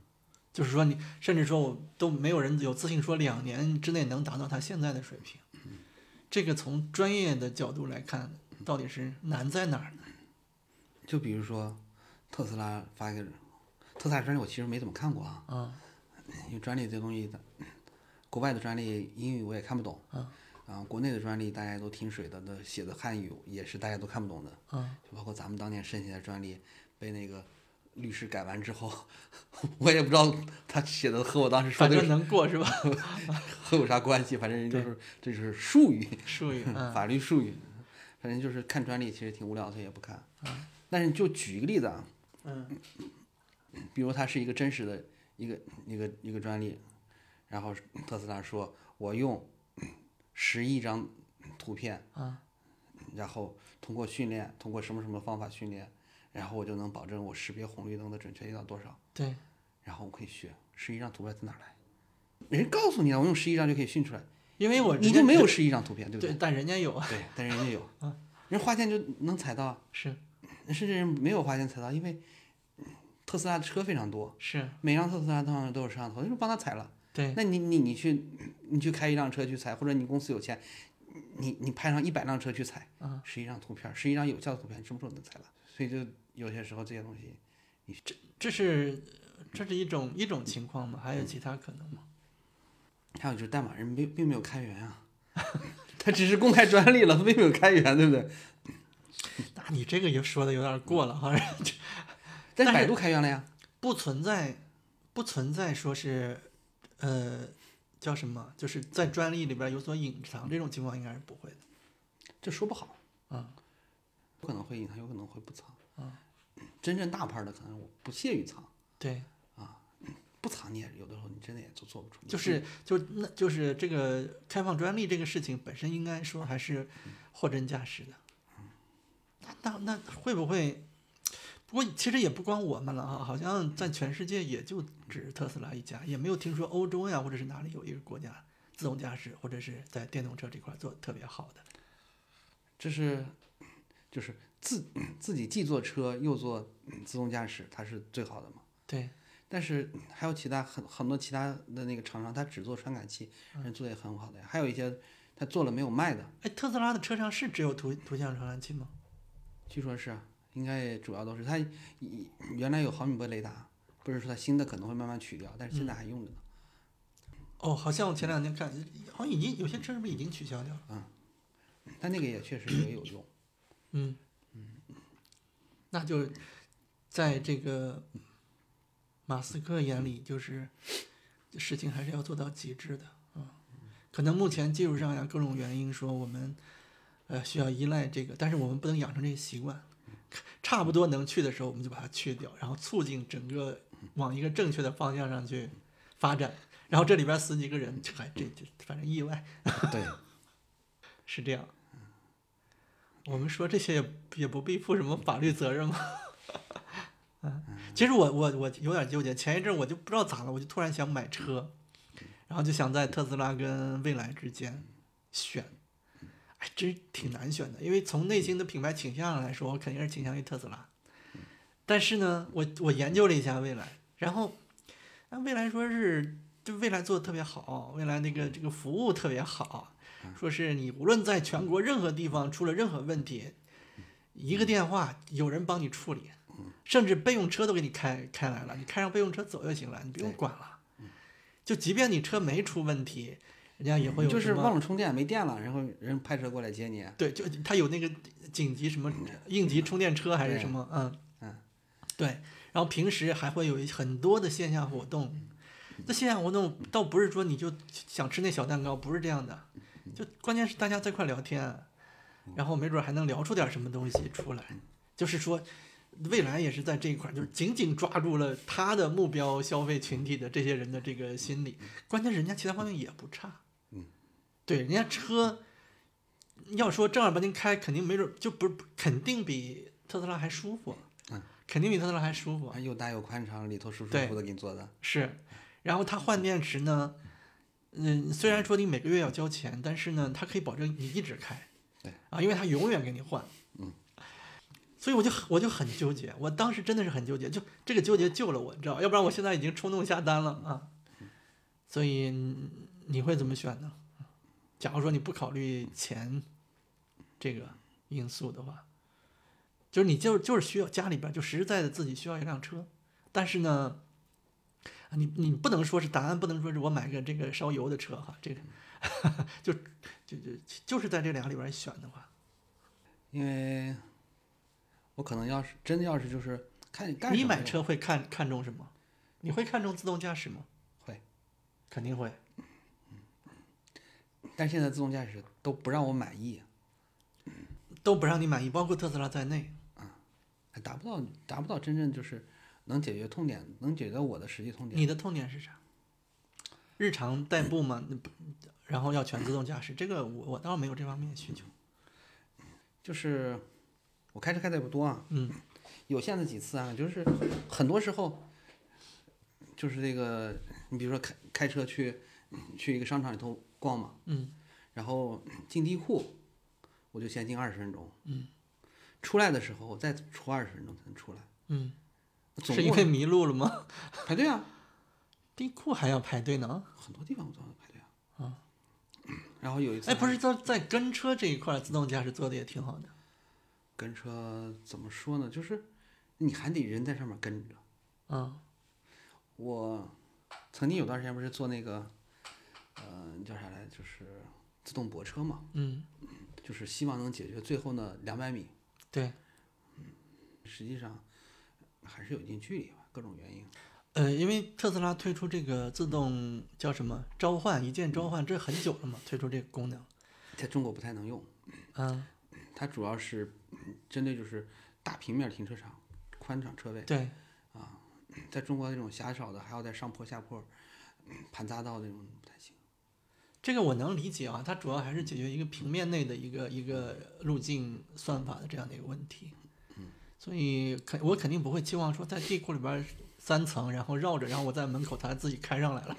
[SPEAKER 1] 就是说你甚至说我都没有人有自信说两年之内能达到他现在的水平，这个从专业的角度来看，到底是难在哪儿呢？
[SPEAKER 2] 就比如说特斯拉发给特斯拉专利，我其实没怎么看过啊，
[SPEAKER 1] 啊，
[SPEAKER 2] 因为专利这东西的，国外的专利英语我也看不懂，
[SPEAKER 1] 嗯
[SPEAKER 2] 啊，国内的专利大家都挺水的，那写的汉语也是大家都看不懂的，
[SPEAKER 1] 嗯，
[SPEAKER 2] 就包括咱们当年申请的专利被那个律师改完之后， 我也不知道他写的和我当时说
[SPEAKER 1] 反
[SPEAKER 2] 的
[SPEAKER 1] 正能过是吧？
[SPEAKER 2] 和有啥关系，反正人就是这就是术语，
[SPEAKER 1] 术语，嗯
[SPEAKER 2] 法律术语，反正就是看专利其实挺无聊的，所以也不看。但是就举一个例子啊，
[SPEAKER 1] 嗯
[SPEAKER 2] 比如它是一个真实的一个一个一个专利，然后特斯拉说我用十亿张图片，
[SPEAKER 1] 啊，
[SPEAKER 2] 然后通过训练，通过什么什么方法训练，然后我就能保证我识别红绿灯的准确率到多少，
[SPEAKER 1] 对，
[SPEAKER 2] 然后我可以学十亿张图片在哪儿来？人告诉你了，我用十亿张就可以训出来，
[SPEAKER 1] 因为我
[SPEAKER 2] 嗯你
[SPEAKER 1] 之
[SPEAKER 2] 就
[SPEAKER 1] 前
[SPEAKER 2] 没有十亿张图片，对不
[SPEAKER 1] 对，但人家有啊
[SPEAKER 2] 对，但人家有，人花钱就能采到，
[SPEAKER 1] 是
[SPEAKER 2] 甚至人没有花钱采到，因为特斯拉的车非常多，
[SPEAKER 1] 是，
[SPEAKER 2] 每辆特斯拉上都有摄像头，就是帮他采了。
[SPEAKER 1] 对
[SPEAKER 2] 那你你你去你去开一辆车去采，或者你公司有钱，你你拍上一百辆车去采，
[SPEAKER 1] 嗯
[SPEAKER 2] 十一张图片，十一张有效的图片，你什么时候能采了？所以就有些时候这些东西，
[SPEAKER 1] 这是这是一种一种情况嘛？还有其他可能吗？
[SPEAKER 2] 还有就是代码人并并没有开源啊， 他只是公开专利了，他并没有开源，对不对？嗯
[SPEAKER 1] 那你这个也说的有点过了，好像但
[SPEAKER 2] 但是
[SPEAKER 1] 是
[SPEAKER 2] 百度开源了呀，
[SPEAKER 1] 不存在不存在说是呃叫什么，就是在专利里边有所隐藏这种情况应该是不会的。
[SPEAKER 2] 这说不好，
[SPEAKER 1] 嗯，
[SPEAKER 2] 有可能会隐藏，有可能会不藏，
[SPEAKER 1] 啊
[SPEAKER 2] 嗯真正大牌的可能我不屑于藏，
[SPEAKER 1] 对，
[SPEAKER 2] 不藏你也有的时候你真的也做做不出，
[SPEAKER 1] 就是就那就是这个开放专利这个事情本身应该说还是货真价实的。那那那会不会？不过其实也不光我们了啊，好像在全世界也就只特斯拉一家，也没有听说欧洲呀或者是哪里有一个国家自动驾驶或者是在电动车这块做得特别好的。
[SPEAKER 2] 这是就是嗯自自己既做车又做自动驾驶，它是最好的嘛？
[SPEAKER 1] 对，
[SPEAKER 2] 但是还有其他很很多其他的那个厂商，他只做传感器，
[SPEAKER 1] 嗯
[SPEAKER 2] 人做的也很好的呀。还有一些他做了没有卖的，
[SPEAKER 1] 哎，特斯拉的车上是只有图图像传感器吗？
[SPEAKER 2] 据说是啊，应该也主要都是它以原来有毫米波雷达，不是说它新的可能会慢慢取掉，但是现在还用着呢。
[SPEAKER 1] 哦，好像我前两天看，好像已经有些车是不是已经取消掉了？
[SPEAKER 2] 但那个也确实也有用。
[SPEAKER 1] 嗯，那就在这个马斯克眼里，就是事情还是要做到极致的啊、可能目前技术上呀各种原因，说我们呃需要依赖这个，但是我们不能养成这个习惯。 差不多能去的时候，我们就把它去掉，然后促进整个往一个正确的方向上去发展。然后这里边死几个人，还这这反正意外。
[SPEAKER 2] 对，
[SPEAKER 1] 是这样。嗯我们说这些也也不必负什么法律责任嘛。嗯，其实我我我有点纠结，前一阵我就不知道咋了，我就突然想买车，然后就想在特斯拉跟蔚来之间选，哎，真挺难选的，因为从内心的品牌倾向上来说，我肯定是倾向于特斯拉。
[SPEAKER 2] 嗯
[SPEAKER 1] 但是呢，我我研究了一下蔚来，然后，啊，蔚来说是就蔚来做的特别好，蔚来那个这个服务特别好，
[SPEAKER 2] 嗯
[SPEAKER 1] 说是你无论在全国任何地方出了任何问题，一个电话有人帮你处理，
[SPEAKER 2] 嗯
[SPEAKER 1] 甚至备用车都给你开开来了，你开上备用车走就行了，你不用管了。
[SPEAKER 2] 嗯
[SPEAKER 1] 就即便你车没出问题，人家也会有
[SPEAKER 2] 嗯就是
[SPEAKER 1] 什么
[SPEAKER 2] 忘了充电，没电了，然后人派车过来接你。
[SPEAKER 1] 对，就它有那个紧急什么应急充电车还是
[SPEAKER 2] 对
[SPEAKER 1] 什么，嗯
[SPEAKER 2] 嗯，
[SPEAKER 1] 对。然后平时还会有一很多的线下活动，
[SPEAKER 2] 嗯
[SPEAKER 1] 这线下活动倒不是说你就想吃那小蛋糕，不是这样的，
[SPEAKER 2] 嗯
[SPEAKER 1] 就关键是大家在一块聊天，然后没准还能聊出点什么东西出来。
[SPEAKER 2] 嗯
[SPEAKER 1] 就是说，未来也是在这一块儿，就是紧紧抓住了他的目标消费群体的这些人的这个心理。关键是人家其他方面也不差，
[SPEAKER 2] 嗯，
[SPEAKER 1] 对，人家车要说正儿八经开，肯定没准就不是肯定比特斯拉还舒服，
[SPEAKER 2] 嗯，
[SPEAKER 1] 肯定比特斯拉还舒服，
[SPEAKER 2] 啊又大又宽敞，里头舒舒
[SPEAKER 1] 对
[SPEAKER 2] 服服的给你做的。
[SPEAKER 1] 是。然后它换电池呢，嗯，虽然说你每个月要交钱，但是呢，它可以保证你一直开，
[SPEAKER 2] 对
[SPEAKER 1] 啊，因为它永远给你换，
[SPEAKER 2] 嗯。
[SPEAKER 1] 所以我就很我就很纠结，我当时真的是很纠结，就这个纠结救了我，你知道吧，要不然我现在已经冲动下单了啊。所以嗯你会怎么选呢？假如说你不考虑钱这个因素的话，就是你就就是需要家里边就实实在在自己需要一辆车，但是呢，啊你你不能说是答案，不能说是我买个这个烧油的车哈，这个就就就就是在这俩里边选的话，
[SPEAKER 2] 因为我可能要是真的要是就是看你干
[SPEAKER 1] 你
[SPEAKER 2] 什么
[SPEAKER 1] 买车会看看重什么？你会看重自动驾驶吗？
[SPEAKER 2] 会，
[SPEAKER 1] 肯定会。
[SPEAKER 2] 但现在自动驾驶都不让我满意，
[SPEAKER 1] 都不让你满意，包括特斯拉在内。
[SPEAKER 2] 还达不到达不到真正就是能解决痛点，能解决我的实际痛点。
[SPEAKER 1] 你的痛点是啥？日常代步嘛，你不然后要全自动驾驶，这个我我倒是没有这方面的需求。
[SPEAKER 2] 就是我开车开的也不多啊，
[SPEAKER 1] 嗯，
[SPEAKER 2] 有限的几次啊，就是很多时候，就是这个，你比如说开开车去去一个商场里头逛嘛，
[SPEAKER 1] 嗯，
[SPEAKER 2] 然后进地库，我就先进二十分钟，嗯，出来的时候我再出二十分钟才能出来，
[SPEAKER 1] 嗯，
[SPEAKER 2] 总
[SPEAKER 1] 是因
[SPEAKER 2] 共
[SPEAKER 1] 为迷路了吗？
[SPEAKER 2] 排队啊，
[SPEAKER 1] 地库还要排队呢。
[SPEAKER 2] 很多地方我都要排队啊，然后有一次
[SPEAKER 1] 哎，不
[SPEAKER 2] 还
[SPEAKER 1] 是在在跟车这一块儿，自动驾驶做的也挺好的。
[SPEAKER 2] 跟车怎么说呢，就是你还得人在上面跟着。
[SPEAKER 1] 嗯
[SPEAKER 2] 我曾经有段时间不是做那个，呃，叫啥来，就是自动泊车嘛，
[SPEAKER 1] 嗯，
[SPEAKER 2] 就是希望能解决最后那两百米，嗯
[SPEAKER 1] 对，
[SPEAKER 2] 实际上还是有一定距离吧，各种原因。
[SPEAKER 1] 呃，因为特斯拉推出这个自动叫什么召唤一键召唤，这很久了嘛，推出这个功能。
[SPEAKER 2] 在中国不太能用，
[SPEAKER 1] 嗯，
[SPEAKER 2] 它主要是嗯针对就是大平面停车场、宽敞车位，
[SPEAKER 1] 对，
[SPEAKER 2] 在中国这种狭小的，还要在上坡下坡、嗯盘匝道这种不太行。
[SPEAKER 1] 这个我能理解啊，它主要还是解决一个平面内的一个一个路径算法的这样的一个问题。所以肯我肯定不会期望说在地库里边儿三层，然后绕着，然后我在门口它自己开上来了。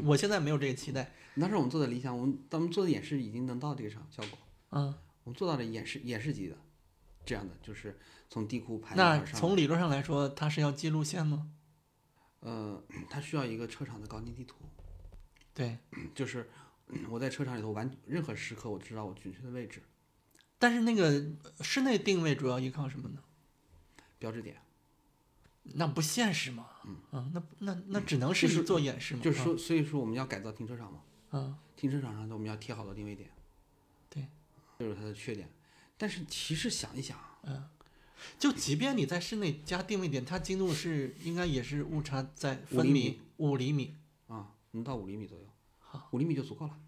[SPEAKER 1] 我现在没有这个期待。
[SPEAKER 2] 当时我们做的理想，我们咱们做的演示已经能到这个上效果，
[SPEAKER 1] 嗯，
[SPEAKER 2] 我们做到了演示演示级的，这样的就是从地库盘一
[SPEAKER 1] 那
[SPEAKER 2] 块上。
[SPEAKER 1] 从理论上来说，它是要记路线吗？
[SPEAKER 2] 呃，它需要一个车厂的高精地图，
[SPEAKER 1] 对，
[SPEAKER 2] 就是我在车厂里头玩任何时刻，我知道我准确的位置、
[SPEAKER 1] 但是那个呃室内定位主要依靠什么呢？
[SPEAKER 2] 标志点。
[SPEAKER 1] 那不现实嘛，嗯，那那那只能是嗯
[SPEAKER 2] 就是
[SPEAKER 1] 做演示嘛，
[SPEAKER 2] 就是说，所以说我们要改造停车场嘛，
[SPEAKER 1] 嗯，
[SPEAKER 2] 停车场上我们要贴好的定位点，
[SPEAKER 1] 对，
[SPEAKER 2] 这就是它的缺点。但是其实想一想，
[SPEAKER 1] 嗯，就即便你在室内加定位点，它精度是应该也是误差在
[SPEAKER 2] 五
[SPEAKER 1] 分
[SPEAKER 2] 厘
[SPEAKER 1] 米五厘米，
[SPEAKER 2] 啊，能到五厘米左右，五厘米就足够了。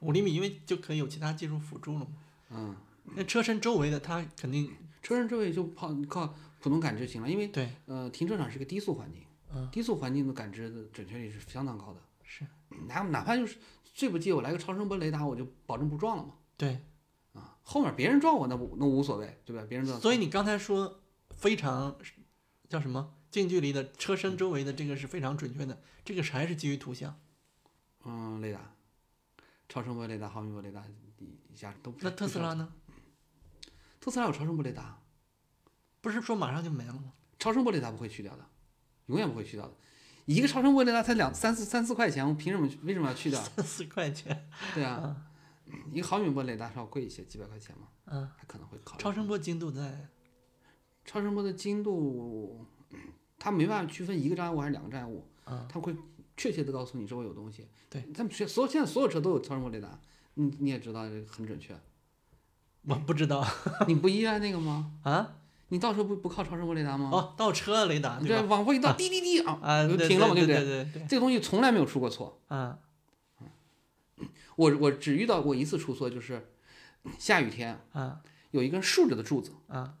[SPEAKER 1] 五厘米，因为就可以有其他技术辅助了嘛。
[SPEAKER 2] 嗯，
[SPEAKER 1] 那车身周围的它肯定
[SPEAKER 2] 车身周围就靠靠普通感知行了，因为
[SPEAKER 1] 对，
[SPEAKER 2] 呃，停车场是个低速环境，
[SPEAKER 1] 嗯
[SPEAKER 2] 低速环境的感知的准确率是相当高的。嗯
[SPEAKER 1] 是，
[SPEAKER 2] 哪哪怕就是最不济，我来个超声波雷达，我就保证不撞了嘛。
[SPEAKER 1] 对，
[SPEAKER 2] 啊，后面别人撞我那不那无所谓，对吧？别人撞，
[SPEAKER 1] 所以你刚才说非常叫什么近距离的车身周围的这个是非常准确的，这个是还是基于图像。
[SPEAKER 2] 嗯，雷达，超声波雷达、毫米波雷达一下都不
[SPEAKER 1] 那特斯，拉呢？
[SPEAKER 2] 特斯拉有超声波雷达，
[SPEAKER 1] 不是说马上就没了吗？
[SPEAKER 2] 超声波雷达不会去掉的，永远不会去掉的。一个超声波雷达才两三四三四块钱，我凭什么为什么要去掉？
[SPEAKER 1] 三四块钱，
[SPEAKER 2] 对啊，一个毫米波雷达稍贵一些，几百块钱嘛，
[SPEAKER 1] 嗯，
[SPEAKER 2] 还可能会考虑。
[SPEAKER 1] 超声波精度在
[SPEAKER 2] 超声波的精度，它没办法区分一个障碍物还是两个障碍物，
[SPEAKER 1] 嗯
[SPEAKER 2] 它会确切的告诉你周围有东西。
[SPEAKER 1] 对，
[SPEAKER 2] 他们现所有现在所有车都有超声波雷达，你你也知道很准确。
[SPEAKER 1] 我不知道
[SPEAKER 2] 你不依赖那个吗？
[SPEAKER 1] 啊。
[SPEAKER 2] 你到时候不不靠超声波雷达吗？
[SPEAKER 1] 哦，倒车雷达
[SPEAKER 2] 你
[SPEAKER 1] 对
[SPEAKER 2] 这
[SPEAKER 1] 吧？
[SPEAKER 2] 往后一倒，滴滴滴啊，
[SPEAKER 1] 啊，
[SPEAKER 2] 就
[SPEAKER 1] 对
[SPEAKER 2] 停了嘛，
[SPEAKER 1] 对
[SPEAKER 2] 不
[SPEAKER 1] 对？对对，
[SPEAKER 2] 这个东西从来没有出过错，
[SPEAKER 1] 啊，
[SPEAKER 2] 我我只遇到过一次出错，就是下雨天，
[SPEAKER 1] 啊，
[SPEAKER 2] 有一根竖着的柱子，
[SPEAKER 1] 啊，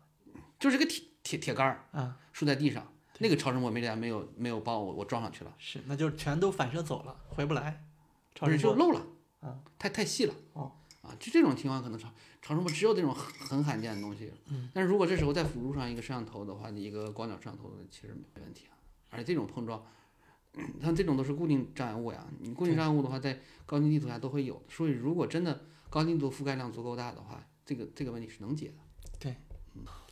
[SPEAKER 2] 就是个铁铁铁杆儿，
[SPEAKER 1] 啊，
[SPEAKER 2] 竖在地上，那个超声波雷达没有没有帮我，我撞上去了。
[SPEAKER 1] 是，那就全都反射走了，回不来。超
[SPEAKER 2] 不
[SPEAKER 1] 声
[SPEAKER 2] 是就
[SPEAKER 1] 波
[SPEAKER 2] 漏了，
[SPEAKER 1] 啊，
[SPEAKER 2] 太太细了，
[SPEAKER 1] 哦，
[SPEAKER 2] 啊，就这种情况可能超超声波只有这种很很罕见的东西，嗯，但是如果这时候再辅助上一个摄像头的话，一个广角摄像头其实没问题啊，而且这种碰撞，嗯像这种都是固定障碍物呀，你固定障碍物的话，在高精地图下都会有，所以如果真的高精度覆盖量足够大的话，这个这个问题是能解的，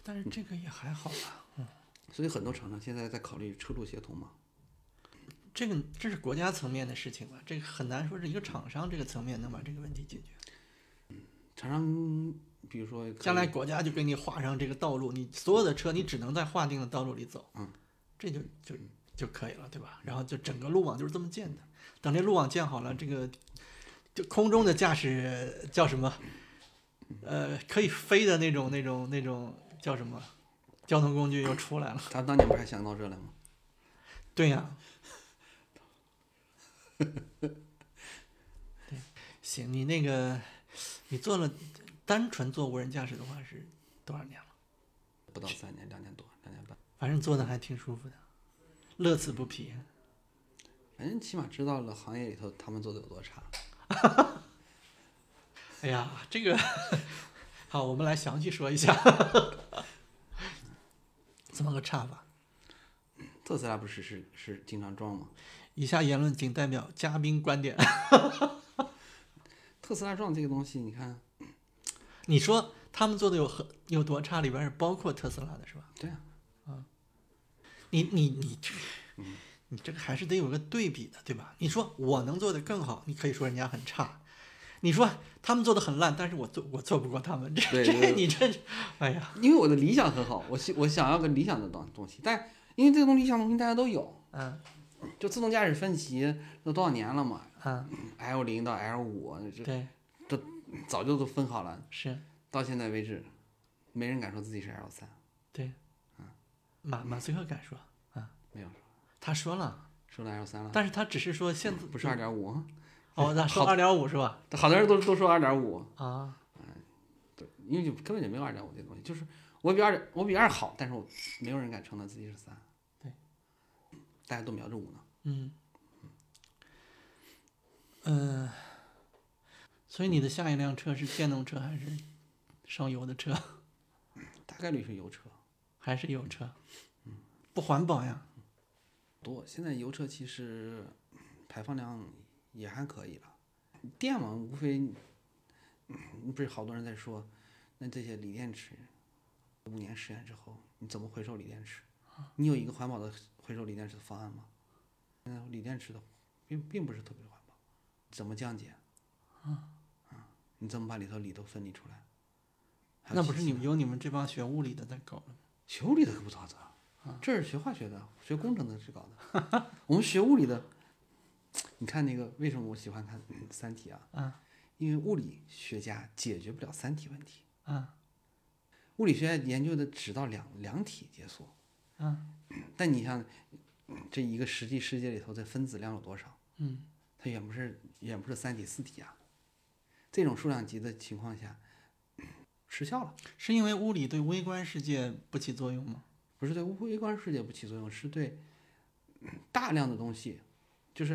[SPEAKER 1] 但是这个也还好吧，
[SPEAKER 2] 所以很多厂商现在在考虑车路协同嘛，
[SPEAKER 1] 这个这是国家层面的事情吧，这个很难说是一个厂商这个层面能把这个问题解决。
[SPEAKER 2] 厂商比如说可以
[SPEAKER 1] 将来国家就给你画上这个道路，你所有的车你只能在划定的道路里走，
[SPEAKER 2] 嗯，
[SPEAKER 1] 这就就就可以了，对吧？然后就整个路网就是这么建的。等这路网建好了，这个就空中的驾驶叫什么？呃，可以飞的那种那种那种叫什么？交通工具又出来了。
[SPEAKER 2] 咱当年不还想到这来吗？
[SPEAKER 1] 对 呀、对行，你那个你做了单纯做无人驾驶的话是多少年了？
[SPEAKER 2] 不到三年，两年多，两年半。
[SPEAKER 1] 反正做的还挺舒服的，乐此不疲。
[SPEAKER 2] 反正起码知道了行业里头他们做的有多差。
[SPEAKER 1] 哎呀，这个 好，我们来详细说一下， 怎么个差法？
[SPEAKER 2] 特斯拉不是是是经常撞吗？
[SPEAKER 1] 以下言论仅代表嘉宾观点。
[SPEAKER 2] 特斯拉撞这个东西，你看，
[SPEAKER 1] 你说他们做的有何有多差？里边是包括特斯拉的是吧？
[SPEAKER 2] 对啊，
[SPEAKER 1] 你你你这，
[SPEAKER 2] 嗯
[SPEAKER 1] 你这个还是得有个对比的，对吧？你说我能做的更好，你可以说人家很差；你说他们做的很烂，但是我做我做不过他们，这
[SPEAKER 2] 对
[SPEAKER 1] 这
[SPEAKER 2] 对
[SPEAKER 1] 你这是，哎呀，
[SPEAKER 2] 因为我的理想很好，我希我想要个理想的东东西，但因为这个东理想的东西大家都有，
[SPEAKER 1] 嗯
[SPEAKER 2] 就自动驾驶分歧都多少年了嘛
[SPEAKER 1] 嗯，
[SPEAKER 2] ，L 零到 L 五这
[SPEAKER 1] 对，
[SPEAKER 2] 早就都分好了，
[SPEAKER 1] 是
[SPEAKER 2] 到现在为止，没人敢说自己是 L 三，
[SPEAKER 1] 马马斯克敢说，啊
[SPEAKER 2] 没有
[SPEAKER 1] 他说了，
[SPEAKER 2] 说了 L 三了，嗯
[SPEAKER 1] 但是他只是说现在
[SPEAKER 2] 不是二点五，
[SPEAKER 1] 哦， 他说二点五是吧？
[SPEAKER 2] 好多人都都说二点五，
[SPEAKER 1] 啊，
[SPEAKER 2] 对，因为就根本就没有二点五这东西，就是我比二我比二好，但是我没有人敢承担自己是三。
[SPEAKER 1] 对，
[SPEAKER 2] 大家都瞄着五呢。
[SPEAKER 1] 嗯嗯、呃所以你的下一辆车是电动车还是烧油的车，
[SPEAKER 2] 大概率是油车
[SPEAKER 1] 还是油车？嗯不环保呀。
[SPEAKER 2] 多，现在油车其实排放量也还可以了。电嘛，无非、嗯不是好多人在说，那这些锂电池五年、十年之后你怎么回收锂电池？你有一个环保的回收锂电池的方案吗？嗯，锂电池的并并不是特别环保，怎么降解？啊、你怎么把里头锂都分离出来？还有
[SPEAKER 1] 那不
[SPEAKER 2] 其
[SPEAKER 1] 是
[SPEAKER 2] 次
[SPEAKER 1] 你们有你们这帮学物理的在搞了吗？
[SPEAKER 2] 学物理的可不咋子啊，这是学化学的，学工程的是搞的。 我们学物理的，你看那个为什么我喜欢看《三体》啊？
[SPEAKER 1] 啊
[SPEAKER 2] 因为物理学家解决不了三体问题，
[SPEAKER 1] 啊
[SPEAKER 2] 物理学家研究的只到两两体结束。
[SPEAKER 1] 啊
[SPEAKER 2] 但你像这一个实际世界里头的分子量有多少？
[SPEAKER 1] 嗯
[SPEAKER 2] 它远不是远不是三体四体啊。这种数量级的情况下，失效了，
[SPEAKER 1] 是因为物理对微观世界不起作用吗？
[SPEAKER 2] 不是对微观世界不起作用，是对大量的东西，就是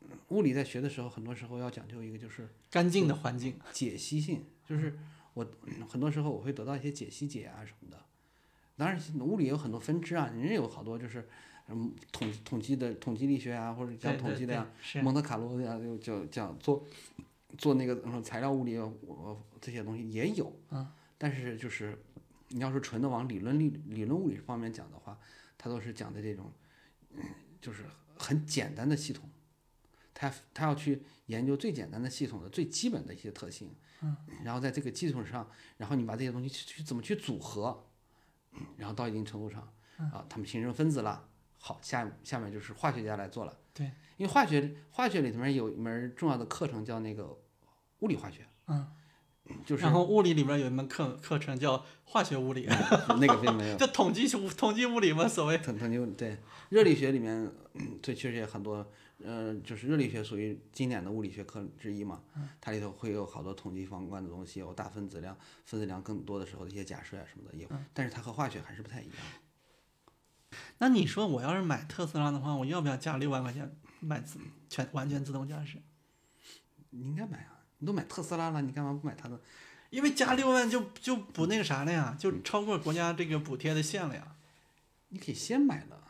[SPEAKER 2] 嗯物理在学的时候，很多时候要讲究一个就是
[SPEAKER 1] 干净的环境，
[SPEAKER 2] 解析性，就是我嗯很多时候我会得到一些解析解啊什么的。当然，物理有很多分支啊，人家有好多就是，嗯，统统计的统计力学啊，或者讲
[SPEAKER 1] 对
[SPEAKER 2] 统
[SPEAKER 1] 对
[SPEAKER 2] 计的
[SPEAKER 1] 对
[SPEAKER 2] 呀、
[SPEAKER 1] 是
[SPEAKER 2] 蒙特卡洛呀，就就讲做做那个嗯材料物理，我这些东西也有，
[SPEAKER 1] 嗯，
[SPEAKER 2] 但是就是你要是纯的往理论理理论物理方面讲的话，它都是讲的这种，嗯，就是很简单的系统，它它要去研究最简单的系统的最基本的一些特性，嗯，然后在这个基础上，然后你把这些东西去去怎么去组合，嗯然后到一定程度上，
[SPEAKER 1] 嗯
[SPEAKER 2] 啊，他们形成分子了，好，下下面就是化学家来做了。
[SPEAKER 1] 对，
[SPEAKER 2] 因为化学化学里头面有一门重要的课程叫那个物理化学，
[SPEAKER 1] 嗯，
[SPEAKER 2] 就是
[SPEAKER 1] 然后物理里边有一门课课程叫化学物理，
[SPEAKER 2] 那个并 没有，
[SPEAKER 1] 就统计统计物理嘛，所谓
[SPEAKER 2] 腾腾就对热力学里面，嗯这确实也很多，呃，就是热力学属于经典的物理学科之一嘛，
[SPEAKER 1] 嗯
[SPEAKER 2] 它里头会有好多统计方关的东西，有大分子量、分子量更多的时候的一些假设啊什么的
[SPEAKER 1] 嗯
[SPEAKER 2] 有，但是它和化学还是不太一样。
[SPEAKER 1] 那你说我要是买特斯拉的话，我要不要加六万块钱买自全完全自动驾驶？
[SPEAKER 2] 你应该买啊，你都买特斯拉了，你干嘛不买它的？
[SPEAKER 1] 因为加六万就就不那个啥了呀，就超过国家这个补贴的线了呀，
[SPEAKER 2] 你可以先买了，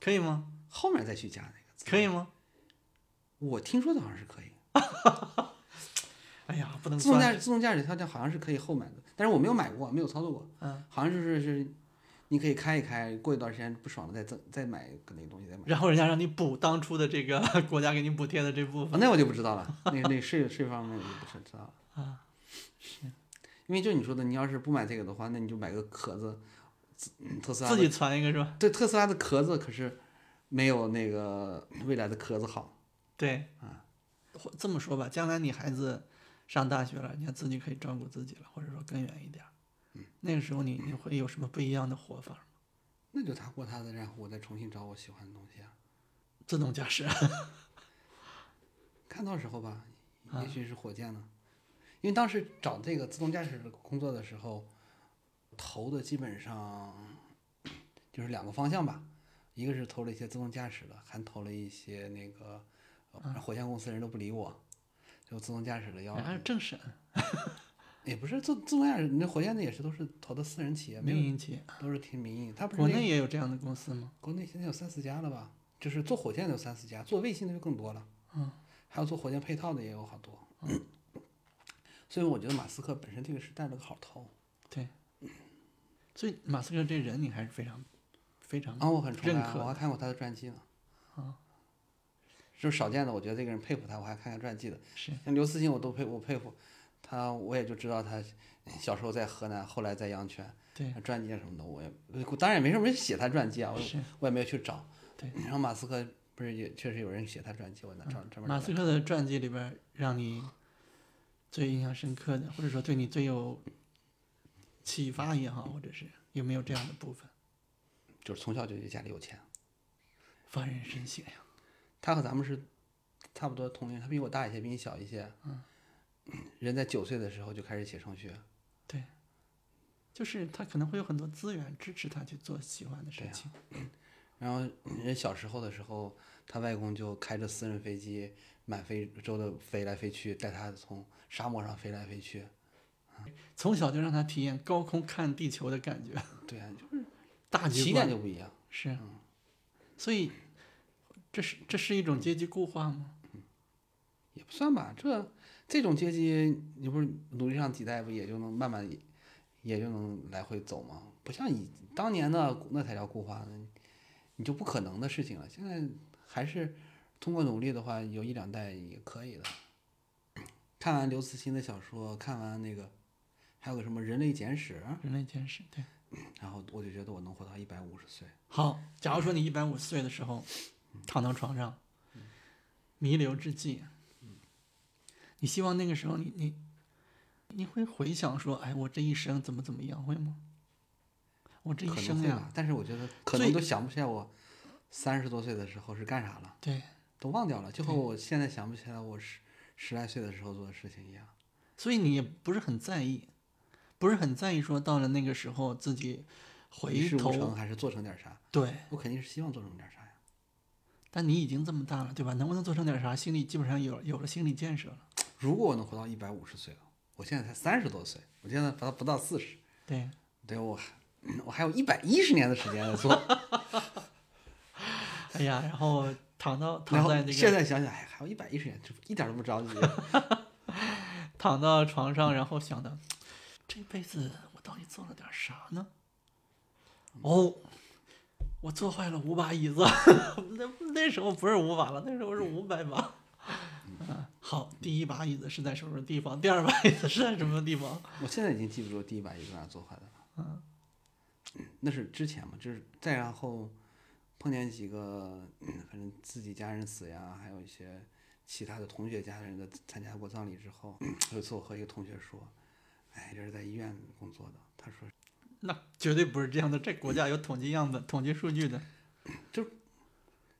[SPEAKER 1] 可以吗？
[SPEAKER 2] 后面再去加那个字。
[SPEAKER 1] 可以吗？
[SPEAKER 2] 我听说的好像是可以，
[SPEAKER 1] 哎呀， 不能
[SPEAKER 2] 自动
[SPEAKER 1] 算，
[SPEAKER 2] 驾驶自动驾驶它这好像是可以后买的，但是我没有买过，没有操作过，
[SPEAKER 1] 嗯，
[SPEAKER 2] 好像就是是，你可以开一开，过一段时间不爽了再增再买个那个东西再买。
[SPEAKER 1] 然后人家让你补当初的这个国家给你补贴的这部
[SPEAKER 2] 啊，
[SPEAKER 1] 分，
[SPEAKER 2] 那我就不知 道了，那那税税方面我就不知道了
[SPEAKER 1] 啊。
[SPEAKER 2] 因为就你说的，你要是不买这个的话，那你就买个壳子，自嗯特斯拉
[SPEAKER 1] 自
[SPEAKER 2] 的
[SPEAKER 1] 己传一个是吧？
[SPEAKER 2] 对特斯拉的壳子可是没有那个未来的壳子好。
[SPEAKER 1] 对，
[SPEAKER 2] 嗯
[SPEAKER 1] 啊，或这么说吧，将来你孩子上大学了，你要自己可以照顾自己了，或者说更远一点，嗯，那个时候你你会有什么不一样的活法？
[SPEAKER 2] 那就他过他的，然后我再重新找我喜欢的东西啊。
[SPEAKER 1] 自动驾驶，
[SPEAKER 2] 看到时候吧，也许是火箭呢，因为当时找这个自动驾驶工作的时候，投的基本上就是两个方向吧，一个是投了一些自动驾驶的，还投了一些那个呃火箭公司人都不理我，就自动驾驶的要
[SPEAKER 1] 还是政审，
[SPEAKER 2] 也不是自自动驾驶，你那火箭的也是都是投的私人企业，没
[SPEAKER 1] 民
[SPEAKER 2] 有
[SPEAKER 1] 营企业，
[SPEAKER 2] 都是听民营，他不是
[SPEAKER 1] 国
[SPEAKER 2] 那个
[SPEAKER 1] 内也有这样的公司吗？
[SPEAKER 2] 国内现在有三四家了吧？就是做火箭的有三四家，做卫星的就更多了。
[SPEAKER 1] 嗯，
[SPEAKER 2] 还有做火箭配套的也有好多。所以我觉得马斯克本身这个是带了个好头
[SPEAKER 1] 对，所以马斯克这人你还是非常非常
[SPEAKER 2] 啊，我很崇拜
[SPEAKER 1] 认
[SPEAKER 2] 啊，
[SPEAKER 1] 可
[SPEAKER 2] 我还看过他的传记呢。
[SPEAKER 1] 啊，
[SPEAKER 2] 就是少见的，我觉得这个人佩服他，我还看看传记的。
[SPEAKER 1] 是
[SPEAKER 2] 像刘慈欣，我都佩我佩服他，我也就知道他小时候在河南，后来在阳泉，
[SPEAKER 1] 对
[SPEAKER 2] 他传记啊什么的，我也当然也没什么人写他传记啊，我
[SPEAKER 1] 是
[SPEAKER 2] 我也没有去找。
[SPEAKER 1] 对，嗯
[SPEAKER 2] 然后马斯克不是也确实有人写他传记，我拿专专门
[SPEAKER 1] 马斯克的传记里边儿让你最印象深刻的，或者说对你最有启发也好，或者是有没有这样的部分，
[SPEAKER 2] 就是从小就家里有钱，
[SPEAKER 1] 发人深省呀？
[SPEAKER 2] 他和咱们是差不多同龄，他比我大一些，比你小一些。嗯，人在九岁的时候就开始写程序，
[SPEAKER 1] 对，就是他可能会有很多资源支持他去做喜欢的事
[SPEAKER 2] 对啊
[SPEAKER 1] 情。
[SPEAKER 2] 然后人小时候的时候，他外公就开着私人飞机满非洲的飞来飞去，带他从沙漠上飞来飞去。
[SPEAKER 1] 从小就让他体验高空看地球的感觉，
[SPEAKER 2] 对啊，就
[SPEAKER 1] 大局
[SPEAKER 2] 起
[SPEAKER 1] 观
[SPEAKER 2] 点就不一样。
[SPEAKER 1] 是，
[SPEAKER 2] 嗯
[SPEAKER 1] 所以这是这是一种阶级固化吗？
[SPEAKER 2] 也不算吧，这这种阶级，你不是努力上几代，不也就能慢慢也就能来回走嘛。不像以当年的那才叫固化呢，你就不可能的事情了。现在还是通过努力的话，有一两代也可以的。看完刘慈欣的小说，看完那个，还有个什么《人类简史》，
[SPEAKER 1] 人类简史，对。
[SPEAKER 2] 然后我就觉得我能活到一百五十岁。
[SPEAKER 1] 好，假如说你一百五十岁的时候，躺到床上，弥留之际，你希望那个时候你你你会回想说，哎，我这一生怎么怎么样，会吗？我这一
[SPEAKER 2] 可能
[SPEAKER 1] 生
[SPEAKER 2] 会
[SPEAKER 1] 呀，
[SPEAKER 2] 吧，但是我觉得可
[SPEAKER 1] 最
[SPEAKER 2] 能都想不起来我三十多岁的时候是干啥了，
[SPEAKER 1] 对，
[SPEAKER 2] 都忘掉了，就和我现在想不起来我十十来岁的时候做的事情一样。
[SPEAKER 1] 所以你也不是很在意，不是很在意说到了那个时候自己
[SPEAKER 2] 一
[SPEAKER 1] 回
[SPEAKER 2] 事无成
[SPEAKER 1] 头，
[SPEAKER 2] 还是做成点啥？
[SPEAKER 1] 对，
[SPEAKER 2] 我肯定是希望做成点啥呀。
[SPEAKER 1] 但你已经这么大了，对吧？能不能做成点啥，心里基本上有有了心理建设了，
[SPEAKER 2] 如果我能活到一百五十岁了，我现在才三十多岁，我现在不到不到四十，
[SPEAKER 1] 对。
[SPEAKER 2] 对我还我还有一百一十年的时间来做。
[SPEAKER 1] 哎呀，然后躺到
[SPEAKER 2] 然
[SPEAKER 1] 躺
[SPEAKER 2] 后
[SPEAKER 1] 在那
[SPEAKER 2] 现
[SPEAKER 1] 个
[SPEAKER 2] 在想想，哎，还有一百一十年，这一点都不着急。
[SPEAKER 1] 躺到床上，然后想的，这辈子我到底做了点啥呢？哦，我坐坏了五把椅子， 那那时候不是五把了，那时候是五百把。嗯，好，第一把椅子是在什么地方？第二把椅子是在什么地方？
[SPEAKER 2] 我现在已经记不住第一把一个哪做坏的了。嗯，那是之前嘛，就是再然后碰见几个，嗯反正自己家人死呀，还有一些其他的同学家人的参加过葬礼之后，嗯有一次我和一个同学说，哎，这是在医院工作的，他说
[SPEAKER 1] 那绝对不是这样的，这国家有统计样本、统计数据的。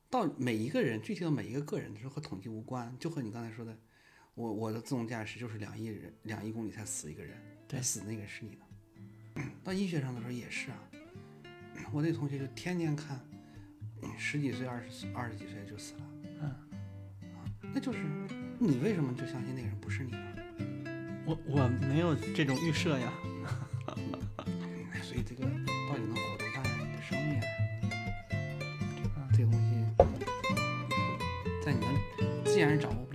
[SPEAKER 2] 到每一个人，具体到每一个个人，的时候和统计无关，就和你刚才说的，我我的自动驾驶就是两亿人两亿公里才死一个人，
[SPEAKER 1] 对
[SPEAKER 2] 但死的那个人是你的。到医学上的时候也是啊，我那同学就天天看，十几岁、二十岁、二十几岁就死了，啊
[SPEAKER 1] 嗯，
[SPEAKER 2] 那就是你为什么就相信那个人不是你呢？
[SPEAKER 1] 我我没有这种预设呀。
[SPEAKER 2] 哎所以这个到底能活多大呀？你的生命啊，
[SPEAKER 1] 嗯
[SPEAKER 2] 这个东西，在你能既然掌握